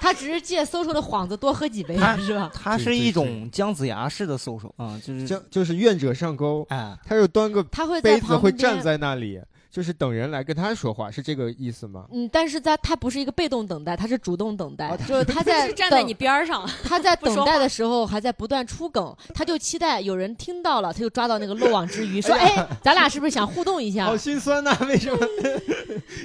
Speaker 7: 他只是借搜出的幌子多喝几杯
Speaker 5: 他，
Speaker 7: 是 吧？
Speaker 5: 它
Speaker 6: 对
Speaker 5: 是
Speaker 6: 对
Speaker 5: 一
Speaker 6: 对
Speaker 5: 种姜子牙式的搜手啊，就是
Speaker 2: 就就是愿者上钩，
Speaker 5: 哎，
Speaker 2: 他就端个
Speaker 7: 他会在
Speaker 2: 杯子
Speaker 7: 旁
Speaker 2: 会
Speaker 7: 边
Speaker 2: 站在那里，就是等人来跟他说话，是这个意思吗？
Speaker 7: 嗯，但是在他不是一个被动等待，他是主动等待，
Speaker 2: 哦
Speaker 7: 就是他在
Speaker 4: 是站在
Speaker 7: 等
Speaker 4: 你边儿上，
Speaker 7: 他在
Speaker 4: 不
Speaker 7: 等
Speaker 4: 说
Speaker 7: 待的时候还在不断出梗，他就期待有人听到了，他就抓到那个漏网之鱼，说：“哎，咱俩是不是想互动一
Speaker 4: 啊
Speaker 7: 下
Speaker 2: 好心酸呐、为 什么？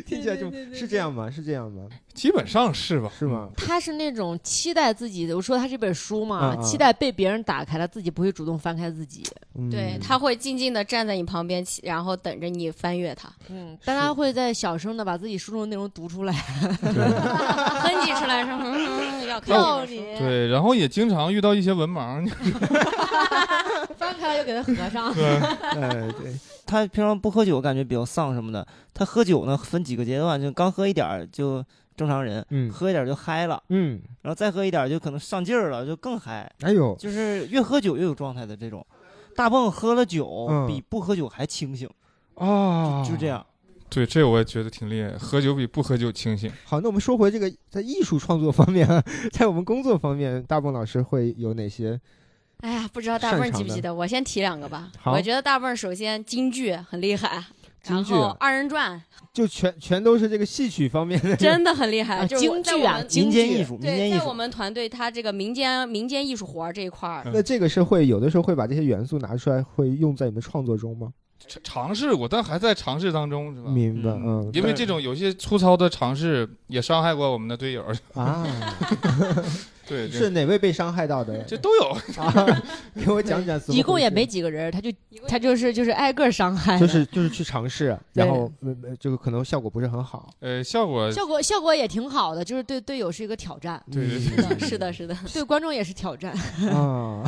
Speaker 2: 听起来就是这样吗？是这样吗？
Speaker 6: 基本上是吧？
Speaker 2: 是吗？？”
Speaker 7: 他是那种期待自己，我说他是本书嘛，
Speaker 2: 嗯嗯
Speaker 7: 期待被别人打开，他自己不会主动翻开自己。
Speaker 2: 嗯、
Speaker 4: 对，他会静静的站在你旁边，然后等着你翻阅它，
Speaker 7: 嗯，但他会在小声的把自己书中的内容读出来，
Speaker 4: 哼唧出来 说，嗯嗯，要看
Speaker 7: 要
Speaker 4: 你
Speaker 7: 你
Speaker 6: 对，然后也经常遇到一些文盲，
Speaker 7: 翻开了就给他合上。
Speaker 2: 哎 对，
Speaker 5: 他平常不喝酒，感觉比较丧什么的。他喝酒呢，分几个阶段，就刚喝一点儿就正常人，
Speaker 2: 嗯
Speaker 5: 喝一点儿就嗨了，
Speaker 2: 嗯，
Speaker 5: 然后再喝一点儿就可能上劲儿了，就更嗨，
Speaker 2: 哎呦，
Speaker 5: 就是越喝酒越有状态的这种。大蹦喝了酒、
Speaker 2: 嗯
Speaker 5: 比不喝酒还清醒，
Speaker 2: 啊，
Speaker 5: 就这。样。
Speaker 6: 对，这我也觉得挺厉害。喝酒比不喝酒清醒。
Speaker 2: 好，那我们说回这个在艺术创作方面啊， 在我们工作方面，大鹏老师会有哪些？
Speaker 4: 哎呀，不知道大
Speaker 2: 擅
Speaker 4: 笨儿
Speaker 2: 长
Speaker 4: 记不
Speaker 2: 的
Speaker 4: 记得？我先提两个吧。
Speaker 2: 好
Speaker 4: 我觉得大笨儿首先京剧很厉害，
Speaker 2: 京
Speaker 4: 然
Speaker 2: 剧
Speaker 4: 后二人转
Speaker 2: 就全全都是这个戏曲方面的。
Speaker 4: 真的很厉害，
Speaker 7: 啊
Speaker 4: 就是我
Speaker 7: 京
Speaker 4: 在
Speaker 7: 剧
Speaker 4: 我
Speaker 7: 啊
Speaker 4: 们
Speaker 7: 京
Speaker 5: 民间
Speaker 7: 剧
Speaker 5: 艺术，民间
Speaker 4: 对，
Speaker 5: 艺
Speaker 4: 在我
Speaker 5: 术，
Speaker 4: 们团队，他这个民间民间艺术活儿这一块儿，
Speaker 2: 那这个是会有的时候会把这些元素拿出来，会用在你们创作中吗？
Speaker 6: 尝尝试过，但还在尝试当中，是吧？
Speaker 2: 明白，嗯
Speaker 5: 嗯
Speaker 6: 因为这种有些粗糙的尝试也伤害过我们的队友。
Speaker 2: 啊，
Speaker 6: 对，
Speaker 2: 是
Speaker 6: 这
Speaker 2: 哪位被伤害到的？
Speaker 6: 这都 有。
Speaker 2: 啊，给我讲讲怎么回事。
Speaker 7: 一共也没几个人，他就他就是就是挨个伤害了，
Speaker 2: 就是就是去尝试，然
Speaker 7: 对
Speaker 2: 后呃呃这个可能效果不是很好。
Speaker 6: 呃，效果
Speaker 7: 效果效果也挺好的，就是对队友是一个挑战，
Speaker 6: 对
Speaker 2: 嗯
Speaker 6: 对
Speaker 4: 是的， 是的，是 的。
Speaker 7: 对观众也是挑战。
Speaker 2: 啊，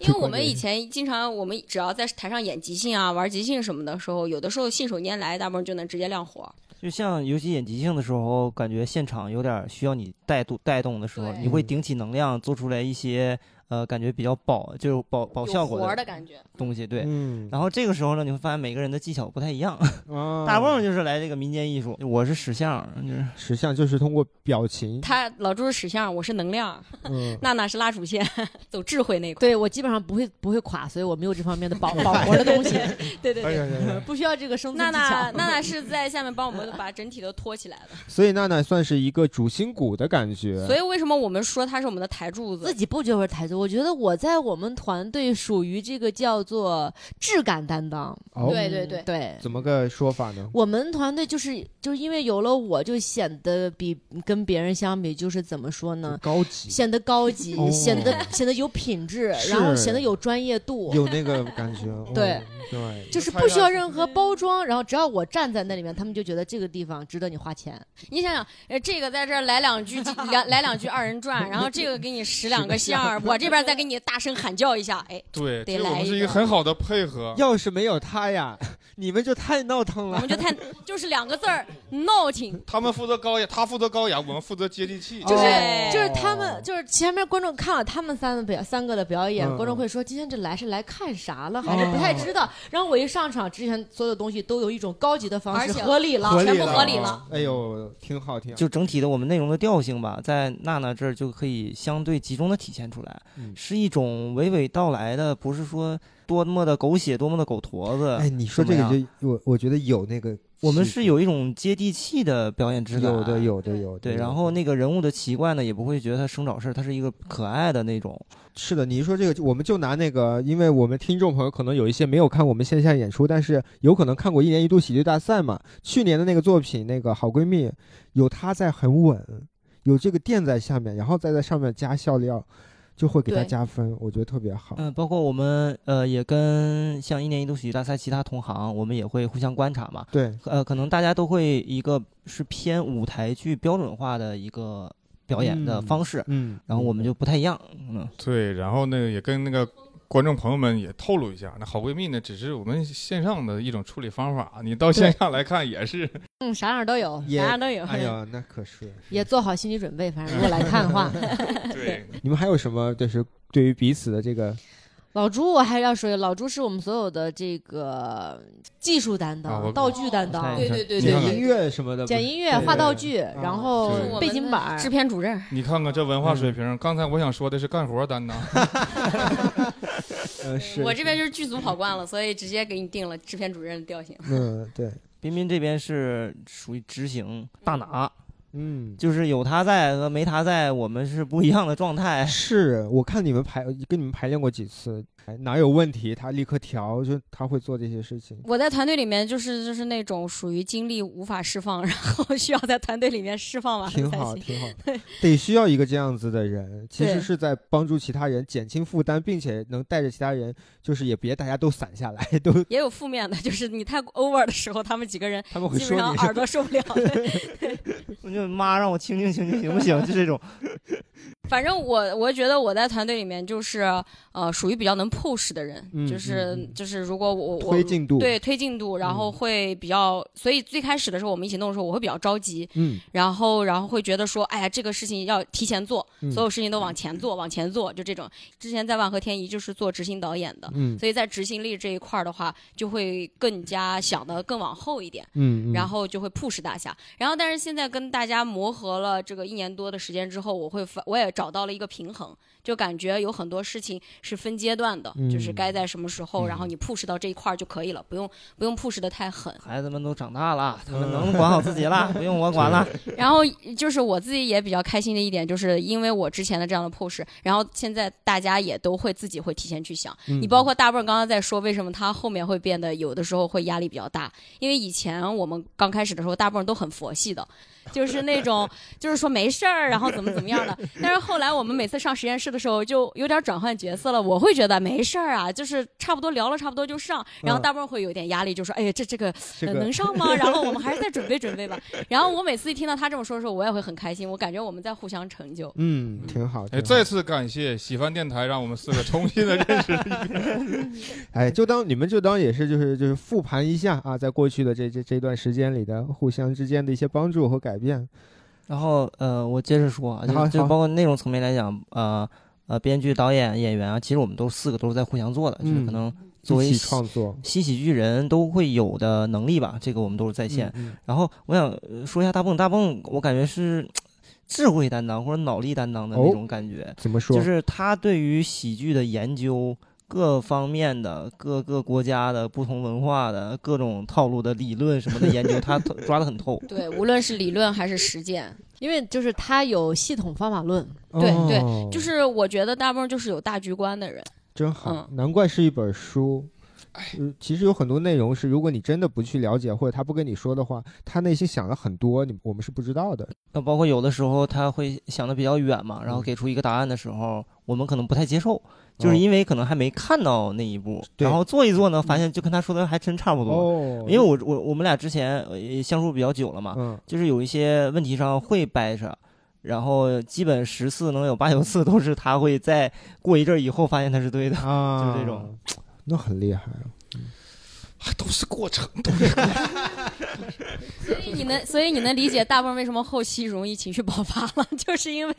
Speaker 4: 因为我们以前经常，我们只要在台上演即兴啊、玩即兴什么的时候，有的时候信手拈来，大部分就能直接亮火。
Speaker 5: 就像尤其演即兴的时候，感觉现场有点需要你带动带动的时候，
Speaker 4: 对
Speaker 5: 你会顶起能量，做出来一些呃感觉比较保就是保
Speaker 7: 哦
Speaker 5: 保效
Speaker 4: 有活
Speaker 5: 果
Speaker 4: 儿的感觉。
Speaker 5: 东西。对，
Speaker 2: 嗯
Speaker 5: 然后这个时候呢，你会发现每个人的技巧不太一样。
Speaker 2: 啊，
Speaker 5: 大梦就是来这个民间艺术，我是石像，就是
Speaker 2: 实像就是通过表情，
Speaker 4: 他老朱是使相，我是能量，
Speaker 2: 嗯，
Speaker 4: 娜娜是拉主线， 走智慧那一块。
Speaker 7: 对我基本上不会不会垮，所以我没有这方面的 保保活的东西，
Speaker 4: 对对
Speaker 2: 哎呀
Speaker 4: 对，
Speaker 2: 呀呀
Speaker 7: 不需要这个生
Speaker 4: 娜
Speaker 7: 存技
Speaker 4: 娜
Speaker 7: 巧。
Speaker 4: 娜娜是在下面帮我们把整体都托起来的。
Speaker 2: 所以娜娜算是一个主心骨的感觉。
Speaker 4: 所以为什么我们说她是我们的台柱
Speaker 7: 自
Speaker 4: 子？
Speaker 7: 己不觉得我是台柱，我觉得我在我们团队属于这个叫做质感担当。
Speaker 2: 哦，
Speaker 4: 对对对，
Speaker 7: 对，
Speaker 2: 怎么个说法呢？
Speaker 7: 我们团队就是就是因为有了我，就显得比跟别人相比，就是怎么说呢？
Speaker 2: 高级，
Speaker 7: 显得高级，
Speaker 2: 哦
Speaker 7: 显得显得有品质，
Speaker 2: 是
Speaker 7: 然后显得有专业度，
Speaker 2: 有那个感觉。哦
Speaker 7: 对
Speaker 2: 对，
Speaker 7: 就是不需要任何包装，然后只要我站在那里面，他们就觉得这个地方值得你花钱。
Speaker 4: 你想想，呃，这个在这儿来两句，两来两句二人转，然后这个给你使两个相儿，我这边再给你大声喊叫一下，哎，
Speaker 6: 对，
Speaker 4: 得
Speaker 6: 这
Speaker 4: 来
Speaker 6: 我们
Speaker 4: 一
Speaker 6: 是一个
Speaker 4: 个
Speaker 6: 很好的配合。
Speaker 2: 要是没有他呀， 你们就太闹腾
Speaker 4: 我
Speaker 2: 了
Speaker 4: 们。就太就是两个字儿闹挺，
Speaker 6: 他们负责高雅，他负责高雅，我们负责接地气。
Speaker 7: 就是
Speaker 4: 对
Speaker 7: 就是他们就是前面观众看了他们三个表三个的表演
Speaker 2: 嗯，
Speaker 7: 观众会说今天这来是来看啥了，还是不太
Speaker 2: 哦
Speaker 7: 知道。然后我一上场，之前所有东西都有一种高级的方
Speaker 4: 而
Speaker 7: 式
Speaker 4: 且
Speaker 7: 合理了，
Speaker 2: 合
Speaker 4: 全
Speaker 2: 理
Speaker 4: 部
Speaker 2: 了
Speaker 4: 合理了。
Speaker 2: 哎呦，挺好听。
Speaker 5: 就整体的我们内容的调性吧，在娜娜这儿就可以相对集中的体现出来，
Speaker 2: 嗯
Speaker 5: 是一种娓娓道来的，不是说多么的狗血，多么的狗驼子。
Speaker 8: 哎，你说这
Speaker 5: 怎么
Speaker 8: 个
Speaker 5: 样
Speaker 8: 就我我觉得有那个，
Speaker 5: 我们是有一种接地气的表演质感，
Speaker 8: 有的有的有的
Speaker 5: 对，
Speaker 8: 有
Speaker 5: 然
Speaker 8: 的
Speaker 5: 后那个人物的奇怪呢，也不会觉得他生找事儿，他是一个可爱的那种。
Speaker 8: 是的，你一说这个，我们就拿那个，因为我们听众朋友可能有一些没有看我们线下演出，但是有可能看过一年一度喜剧大赛嘛。去年的那个作品，那个好闺蜜，有她在很稳，有这个垫在下面，然后再在上面加笑料，就会给她
Speaker 4: 对
Speaker 8: 加分，我觉得特别好。
Speaker 5: 嗯、包括我们呃，也跟像一年一度喜剧大赛其他同行，我们也会互相观察嘛。
Speaker 8: 对，
Speaker 5: 呃，可能大家都会一个是偏舞台剧标准化的一个表演的
Speaker 8: 嗯
Speaker 5: 方式，
Speaker 8: 嗯，
Speaker 5: 然后我们就不太一样。嗯，
Speaker 6: 对，然后那个也跟那个观众朋友们也透露一下，那好闺蜜呢，只是我们线上的一种处理方法，你到线下来看也是。
Speaker 7: 嗯，啥样都有，
Speaker 8: 也
Speaker 7: 啥样都有，
Speaker 8: 哎呀，那可是
Speaker 7: 也做好心理准备。反正如果来看的话，
Speaker 6: 对，
Speaker 8: 你们还有什么就是对于彼此的这个
Speaker 7: 老朱我还要说，老朱是我们所有的这个嗯技术担
Speaker 6: 啊
Speaker 7: 当、
Speaker 6: 我
Speaker 7: 道具担
Speaker 5: 哦
Speaker 7: 当
Speaker 5: 对。
Speaker 4: 对
Speaker 6: 你
Speaker 8: 剪
Speaker 6: 看看
Speaker 8: 音乐什么的不是？
Speaker 7: 剪音乐、
Speaker 8: 对
Speaker 7: 画道
Speaker 8: 对
Speaker 7: 具，然
Speaker 6: 对
Speaker 7: 后
Speaker 6: 是我
Speaker 7: 背景板儿，
Speaker 4: 制片主任，
Speaker 6: 你看看这文化水平。刚才我想说的是干活 担当，
Speaker 8: 嗯，是
Speaker 4: 我这边就是剧组跑惯了，所以直接给你定了制片主任的调性。
Speaker 8: 嗯对，
Speaker 5: 彬彬这边是属于执行大拿，
Speaker 8: 嗯。
Speaker 5: 就是有他在和没他在，我们是不一样的状态。
Speaker 8: 是我看你们排跟你们排练过几次，哎哪有问题他立刻调，就他会做这些事情。
Speaker 4: 我在团队里面就是就是那种属于精力无法释放， 然后需要在团队里面释放完
Speaker 8: 挺
Speaker 4: 才
Speaker 8: 好，
Speaker 4: 行。
Speaker 8: 挺好，得需要一个这样子的人，其实
Speaker 4: 对
Speaker 8: 是在帮助其他人减轻负担，并且能带着其他人，就是也别大家都散下来， 都
Speaker 4: 也有负面的，就是你太 over 的时候，他们几个人
Speaker 8: 他们会
Speaker 4: 基
Speaker 8: 说
Speaker 4: 本上
Speaker 8: 你
Speaker 4: 耳朵受不了。
Speaker 5: 我就妈让我清静清静行不行？ 就这种。
Speaker 4: 反正我我觉得我在团队里面就是呃属于比较能 push 的人，
Speaker 8: 嗯
Speaker 4: 就是、
Speaker 8: 嗯嗯
Speaker 4: 就是如果我我
Speaker 8: 推进度。，
Speaker 4: 对推进度，然后会比较，所以最开始的时候我们一起弄的时候，我会比较着急，
Speaker 8: 嗯，
Speaker 4: 然后然后会觉得说，哎呀，这个事情要提前做，
Speaker 8: 嗯
Speaker 4: 所有事情都往前做，往前做，就这种。之前在万和天宜就是做执行导演的，
Speaker 8: 嗯
Speaker 4: 所以在执行力这一块儿的话，就会更加想的更往后一点。
Speaker 8: 嗯，嗯
Speaker 4: 然后就会 push 大家。然后，但是现在跟大家磨合了这个一年多的时间之后，我会发，我也找到了一个平衡，就感觉有很多事情是分阶段的，就是
Speaker 8: 嗯
Speaker 4: 该在什么时候，然后
Speaker 8: 嗯
Speaker 4: 你 push 到这一块儿就可以了，不用不用 push 的太狠。
Speaker 5: 孩子们都长大了，
Speaker 8: 嗯
Speaker 5: 他们能管好自己了，不用我管了。
Speaker 4: 然后就是我自己也比较开心的一点，就是因为我之前的这样的 push，然后现在大家也都会自己会提前去想。
Speaker 8: 嗯
Speaker 4: 你包括大笨儿刚刚在说，为什么他后面会变得有的时候会压力比较大？因为以前我们刚开始的时候，大笨儿都很佛系的，就是那种就是说没事儿，然后怎么怎么样的。但是后来我们每次上实验室的时候，就有点转换角色了。我会觉得没事儿啊，就是差不多聊了，差不多就上。然后大笨儿会有点压力，就说：“哎呀，这这个
Speaker 8: 嗯这
Speaker 4: 呃
Speaker 8: 个
Speaker 4: 能上吗？然后我们还是再准备准备吧。然后我每次一听到他这么说的时候，我也会很开心，我感觉我们在互相成就。
Speaker 8: 嗯，挺好。挺
Speaker 6: 哎，
Speaker 8: 好
Speaker 6: 再次感谢喜欢电台，让我们四个重新的认识了一遍。
Speaker 8: 哎，就当你们就当也是就是就是复盘一下啊，在过去的这这这段时间里的互相之间的一些帮助和改变。
Speaker 5: 然后呃，我接着说啊，
Speaker 8: 好
Speaker 5: 就就
Speaker 8: 好
Speaker 5: 包括内容层面来讲，呃呃，编剧、导演、演员啊，其实我们都四个都是在互相做的，就是
Speaker 8: 嗯
Speaker 5: 可能作为
Speaker 8: 一起
Speaker 5: 喜
Speaker 8: 创作，
Speaker 5: 新喜剧人都会有的能力吧，这个我们都是在线。
Speaker 8: 嗯
Speaker 5: 然后我想呃说一下大蹦，大蹦我感觉是智慧担当或者脑力担当的
Speaker 8: 哦
Speaker 5: 那种感觉，
Speaker 8: 怎么说？
Speaker 5: 就是他对于喜剧的研究，各方面的、各个国家的、不同文化的 各种套路的理论什么的研究，他抓得很透。
Speaker 8: 嗯
Speaker 4: 对，无论是理论还是实践，
Speaker 7: 因为就是他有系统方法论，
Speaker 4: 对对
Speaker 2: 哦
Speaker 4: 就是我觉得大部分就是有大局观的人，
Speaker 2: 真好，
Speaker 4: 嗯
Speaker 2: 难怪是一本书。呃其实有很多内容是，如果你真的不去了解，或者他不跟你说的话，他内心想了很多，你我们是不知道的。
Speaker 5: 那包括有的时候他会想的比较远嘛，然后
Speaker 2: 嗯
Speaker 5: 给出一个答案的时候，我们可能不太接受，就是
Speaker 2: 哦
Speaker 5: 因为可能还没看到那一步，
Speaker 2: 对嗯
Speaker 5: 然后做一做呢，发现就跟他说的还真差不多。
Speaker 2: 哦
Speaker 5: 因为我我我们俩之前呃也相处比较久了嘛，
Speaker 2: 嗯，
Speaker 5: 就是有一些问题上会掰扯，然后基本十次能有八九次都是他会在过一阵儿以后发现他是对的。
Speaker 2: 啊，
Speaker 5: 就是这种，
Speaker 2: 那很厉害。 啊
Speaker 6: 都是过程。
Speaker 4: 所以你能，所以你能理解大部分为什么后期容易情绪爆发了， 就是因为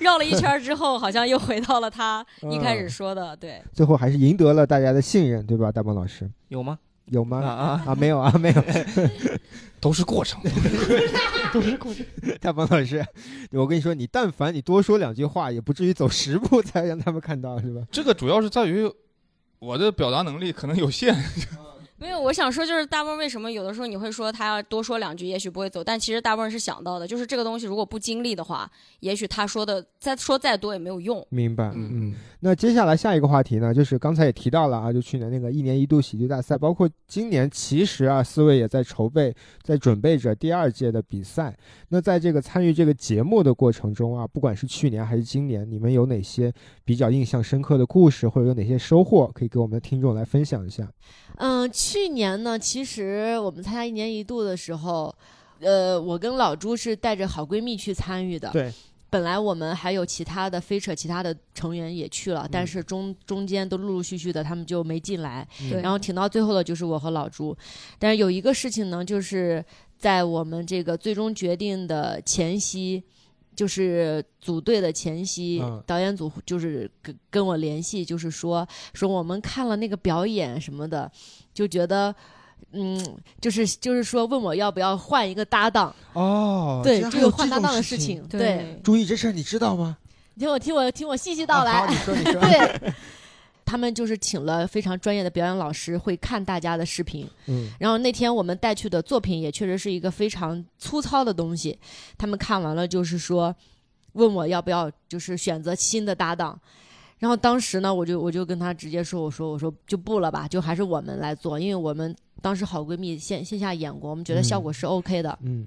Speaker 4: 绕了一圈儿之后，好像又回到了他
Speaker 2: 嗯
Speaker 4: 一开始说的，对，
Speaker 2: 最后还是赢得了大家的信任，对吧，大鹏老师？
Speaker 5: 有吗？
Speaker 2: 有吗？
Speaker 5: 啊啊，
Speaker 2: 啊，没有啊，没 有。
Speaker 6: 都是过程，
Speaker 2: 大鹏老师，我跟你说，你但凡你多说两句话，也不至于走十步才让他们看到，是吧？
Speaker 6: 这个主要是在于我的表达能力可能有限，
Speaker 4: 没有，我想说就是大部分为什么有的时候你会说他要多说两句，也许不会走，但其实大部分是想到的，就是这个东西如果不经历的话，也许他说的再说再多也没有用。
Speaker 2: 明白，
Speaker 6: 嗯
Speaker 2: 嗯。那接下来下一个话题呢，就是刚才也提到了啊，就去年那个一年一度喜剧大赛，包括今年其实啊，四位也在筹备，在准备着第二届的比赛。那在这个参与这个节目的过程中啊，不管是去年还是今年，你们有哪些比较印象深刻的故事，或者有哪些收获，可以给我们的听众来分享一下？
Speaker 7: 嗯，去年呢，其实我们参加一年一度的时候，呃，我跟老朱是带着好闺蜜去参与的。
Speaker 2: 对。
Speaker 7: 本来我们还有其他的飞扯，其他的成员也去了，但是中中间都陆陆续续的，他们就没进来。
Speaker 2: 嗯
Speaker 4: 对
Speaker 7: 然后挺到最后的就是我和老朱，但是有一个事情呢，就是在我们这个最终决定的前夕，就是组队的前夕，
Speaker 2: 嗯
Speaker 7: 导演组就是跟跟我联系，就是说说我们看了那个表演什么的，就觉得。嗯，就是就是说，问我要不要换一个搭档，
Speaker 2: 哦
Speaker 7: 对，就有换搭档的事。情，
Speaker 4: 对
Speaker 7: 对，
Speaker 2: 注意这事儿，你知道吗？啊
Speaker 7: 你听我听我听我细细道来，
Speaker 2: 好，你说，你说。
Speaker 7: 对，他们就是请了非常专业的表演老师，会看大家的视频，
Speaker 2: 嗯，
Speaker 7: 然后那天我们带去的作品也确实是一个非常粗糙的东西，他们看完了就是说，问我要不要就是选择新的搭档。然后当时呢，我就我就跟他直接说，我说我说就不了吧，就还是我们来做，因为我们当时好闺蜜线线下演过，我们觉得效果是 OK 的。
Speaker 2: 嗯，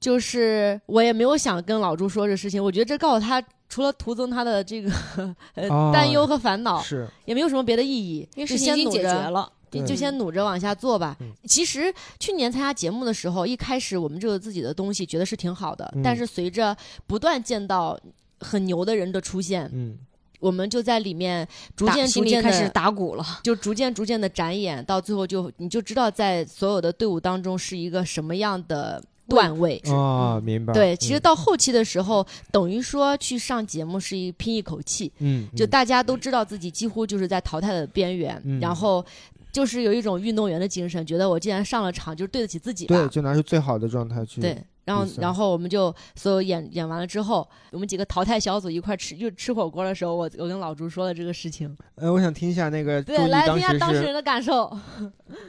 Speaker 7: 就是我也没有想跟老朱说这事情，我觉得这告诉他除了徒增他的这个 呃、
Speaker 2: 哦
Speaker 7: 担忧和烦恼，
Speaker 2: 是，
Speaker 7: 也没有什么别的意义，
Speaker 4: 因为事
Speaker 7: 就
Speaker 4: 情已
Speaker 7: 先
Speaker 4: 经
Speaker 7: 努
Speaker 4: 解决
Speaker 7: 着
Speaker 4: 了，
Speaker 7: 就
Speaker 2: 对
Speaker 7: 就先努着往下做吧。
Speaker 2: 嗯
Speaker 7: 其实去年参加节目的时候，一开始我们这个自己的东西觉得是挺好的，
Speaker 2: 嗯
Speaker 7: 但是随着不断见到很牛的人的出现，
Speaker 2: 嗯，
Speaker 7: 我们就在里面逐
Speaker 4: 打
Speaker 7: 渐
Speaker 4: 心
Speaker 7: 逐
Speaker 4: 里
Speaker 7: 渐
Speaker 4: 开始
Speaker 7: 的，
Speaker 4: 打鼓了。
Speaker 7: 就逐渐逐渐的展演，到最后就你就知道在所有的队伍当中是一个什么样的段位。
Speaker 2: 哦，明白。
Speaker 7: 对，其实
Speaker 2: 嗯
Speaker 7: 到后期的时候，等于说去上节目是一拼一口气，
Speaker 2: 嗯，
Speaker 7: 就
Speaker 2: 嗯
Speaker 7: 大家都知道自己几乎就是在淘汰的边缘，
Speaker 2: 嗯
Speaker 7: 然后就是有一种运动员的精神，觉得我既然上了场，就是对得起自己
Speaker 2: 对，
Speaker 7: 吧。
Speaker 2: 就拿出最好的状态去。
Speaker 7: 对，然后
Speaker 2: 比赛
Speaker 7: 然后我们就所有演演完了之后，我们几个淘汰小组一块吃就吃火锅的时候，我我跟老朱说了这个事情。
Speaker 2: 呃，我想听一下那个
Speaker 7: 对
Speaker 2: 综，艺
Speaker 7: 来听一下
Speaker 2: 时
Speaker 7: 当事
Speaker 2: 是
Speaker 7: 人的感受。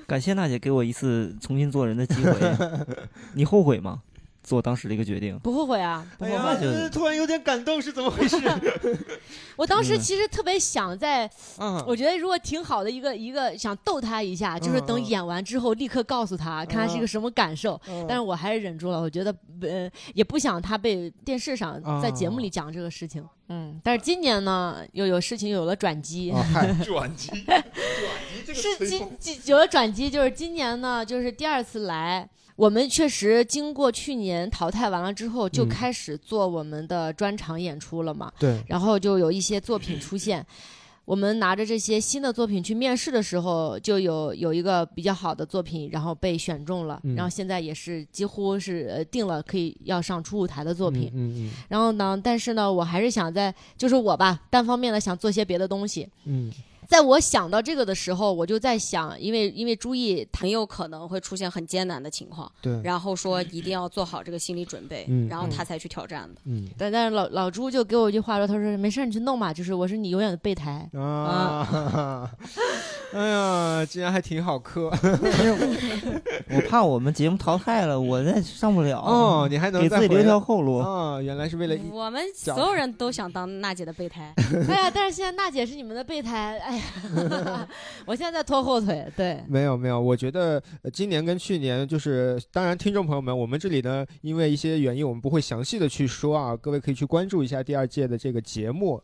Speaker 5: 感谢娜姐给我一次重新做人的机会。 你后悔吗？做当时的一个决定？
Speaker 7: 不后悔啊，不
Speaker 5: 哎
Speaker 7: 后悔。
Speaker 5: 呀那就
Speaker 2: 突然有点感动，是怎么回 事？
Speaker 7: 我当时
Speaker 5: 嗯
Speaker 7: 其实特别想在，
Speaker 2: 啊，
Speaker 7: 我觉得如果挺好的一个一个想逗他一下，就是等
Speaker 2: 嗯嗯
Speaker 7: 演完之后立刻告诉他，看他是一个什么感受。
Speaker 2: 嗯
Speaker 7: 但是我还是忍住了，我觉得呃也不想他被电视上
Speaker 2: 啊
Speaker 7: 在节目里讲这个事情。嗯，但是今年呢，又有事情有了转机，
Speaker 2: 哦嗨，
Speaker 6: 转机，
Speaker 7: 是今今有了转机，就是今年呢，就是第二次来。我们确实经过去年淘汰完了之后，就
Speaker 2: 嗯
Speaker 7: 开始做我们的专场演出了嘛，
Speaker 2: 对，
Speaker 7: 然后就有一些作品出现。我们拿着这些新的作品去面试的时候，就有有一个比较好的作品，然后被选中了，
Speaker 2: 嗯
Speaker 7: 然后现在也是几乎是呃定了可以要上初舞台的 作品。
Speaker 2: 嗯
Speaker 7: 然后呢，但是呢，我还是想在就是我吧，单方面的想做些别的东西。
Speaker 2: 嗯
Speaker 7: 在我想到这个的时候，我就在想，因为因为朱毅他
Speaker 4: 很有可能会出现很艰难的情况，
Speaker 2: 嗯，对，
Speaker 4: 然后说一定要做好这个心理准备，
Speaker 2: 嗯
Speaker 4: 然后他才去挑战的。
Speaker 2: 嗯
Speaker 7: 但但是老老朱就给我一句话说，他说没事儿你去弄嘛，就是我是你永远的备胎。
Speaker 2: 啊， 哎呀，竟然还挺好磕
Speaker 5: 我怕我们节目淘汰了，我那上不了，嗯
Speaker 2: 哦，你还能
Speaker 5: 给
Speaker 2: 再
Speaker 5: 自己留
Speaker 2: 回
Speaker 5: 一条
Speaker 2: 来
Speaker 5: 后路。
Speaker 2: 哦，原来是为了
Speaker 7: 嗯
Speaker 2: 一
Speaker 4: 嗯我们所有人都想当娜姐的备胎，
Speaker 7: 哎呀，但是现在娜姐是你们的备胎，哎呀， 我现在在拖后腿，对。
Speaker 2: 没有没有，我觉得、呃今年跟去年就是，当然听众朋友们，我们这里呢，因为一些原因，我们不会详细的去说啊，各位可以去关注一下第二届的这个节目。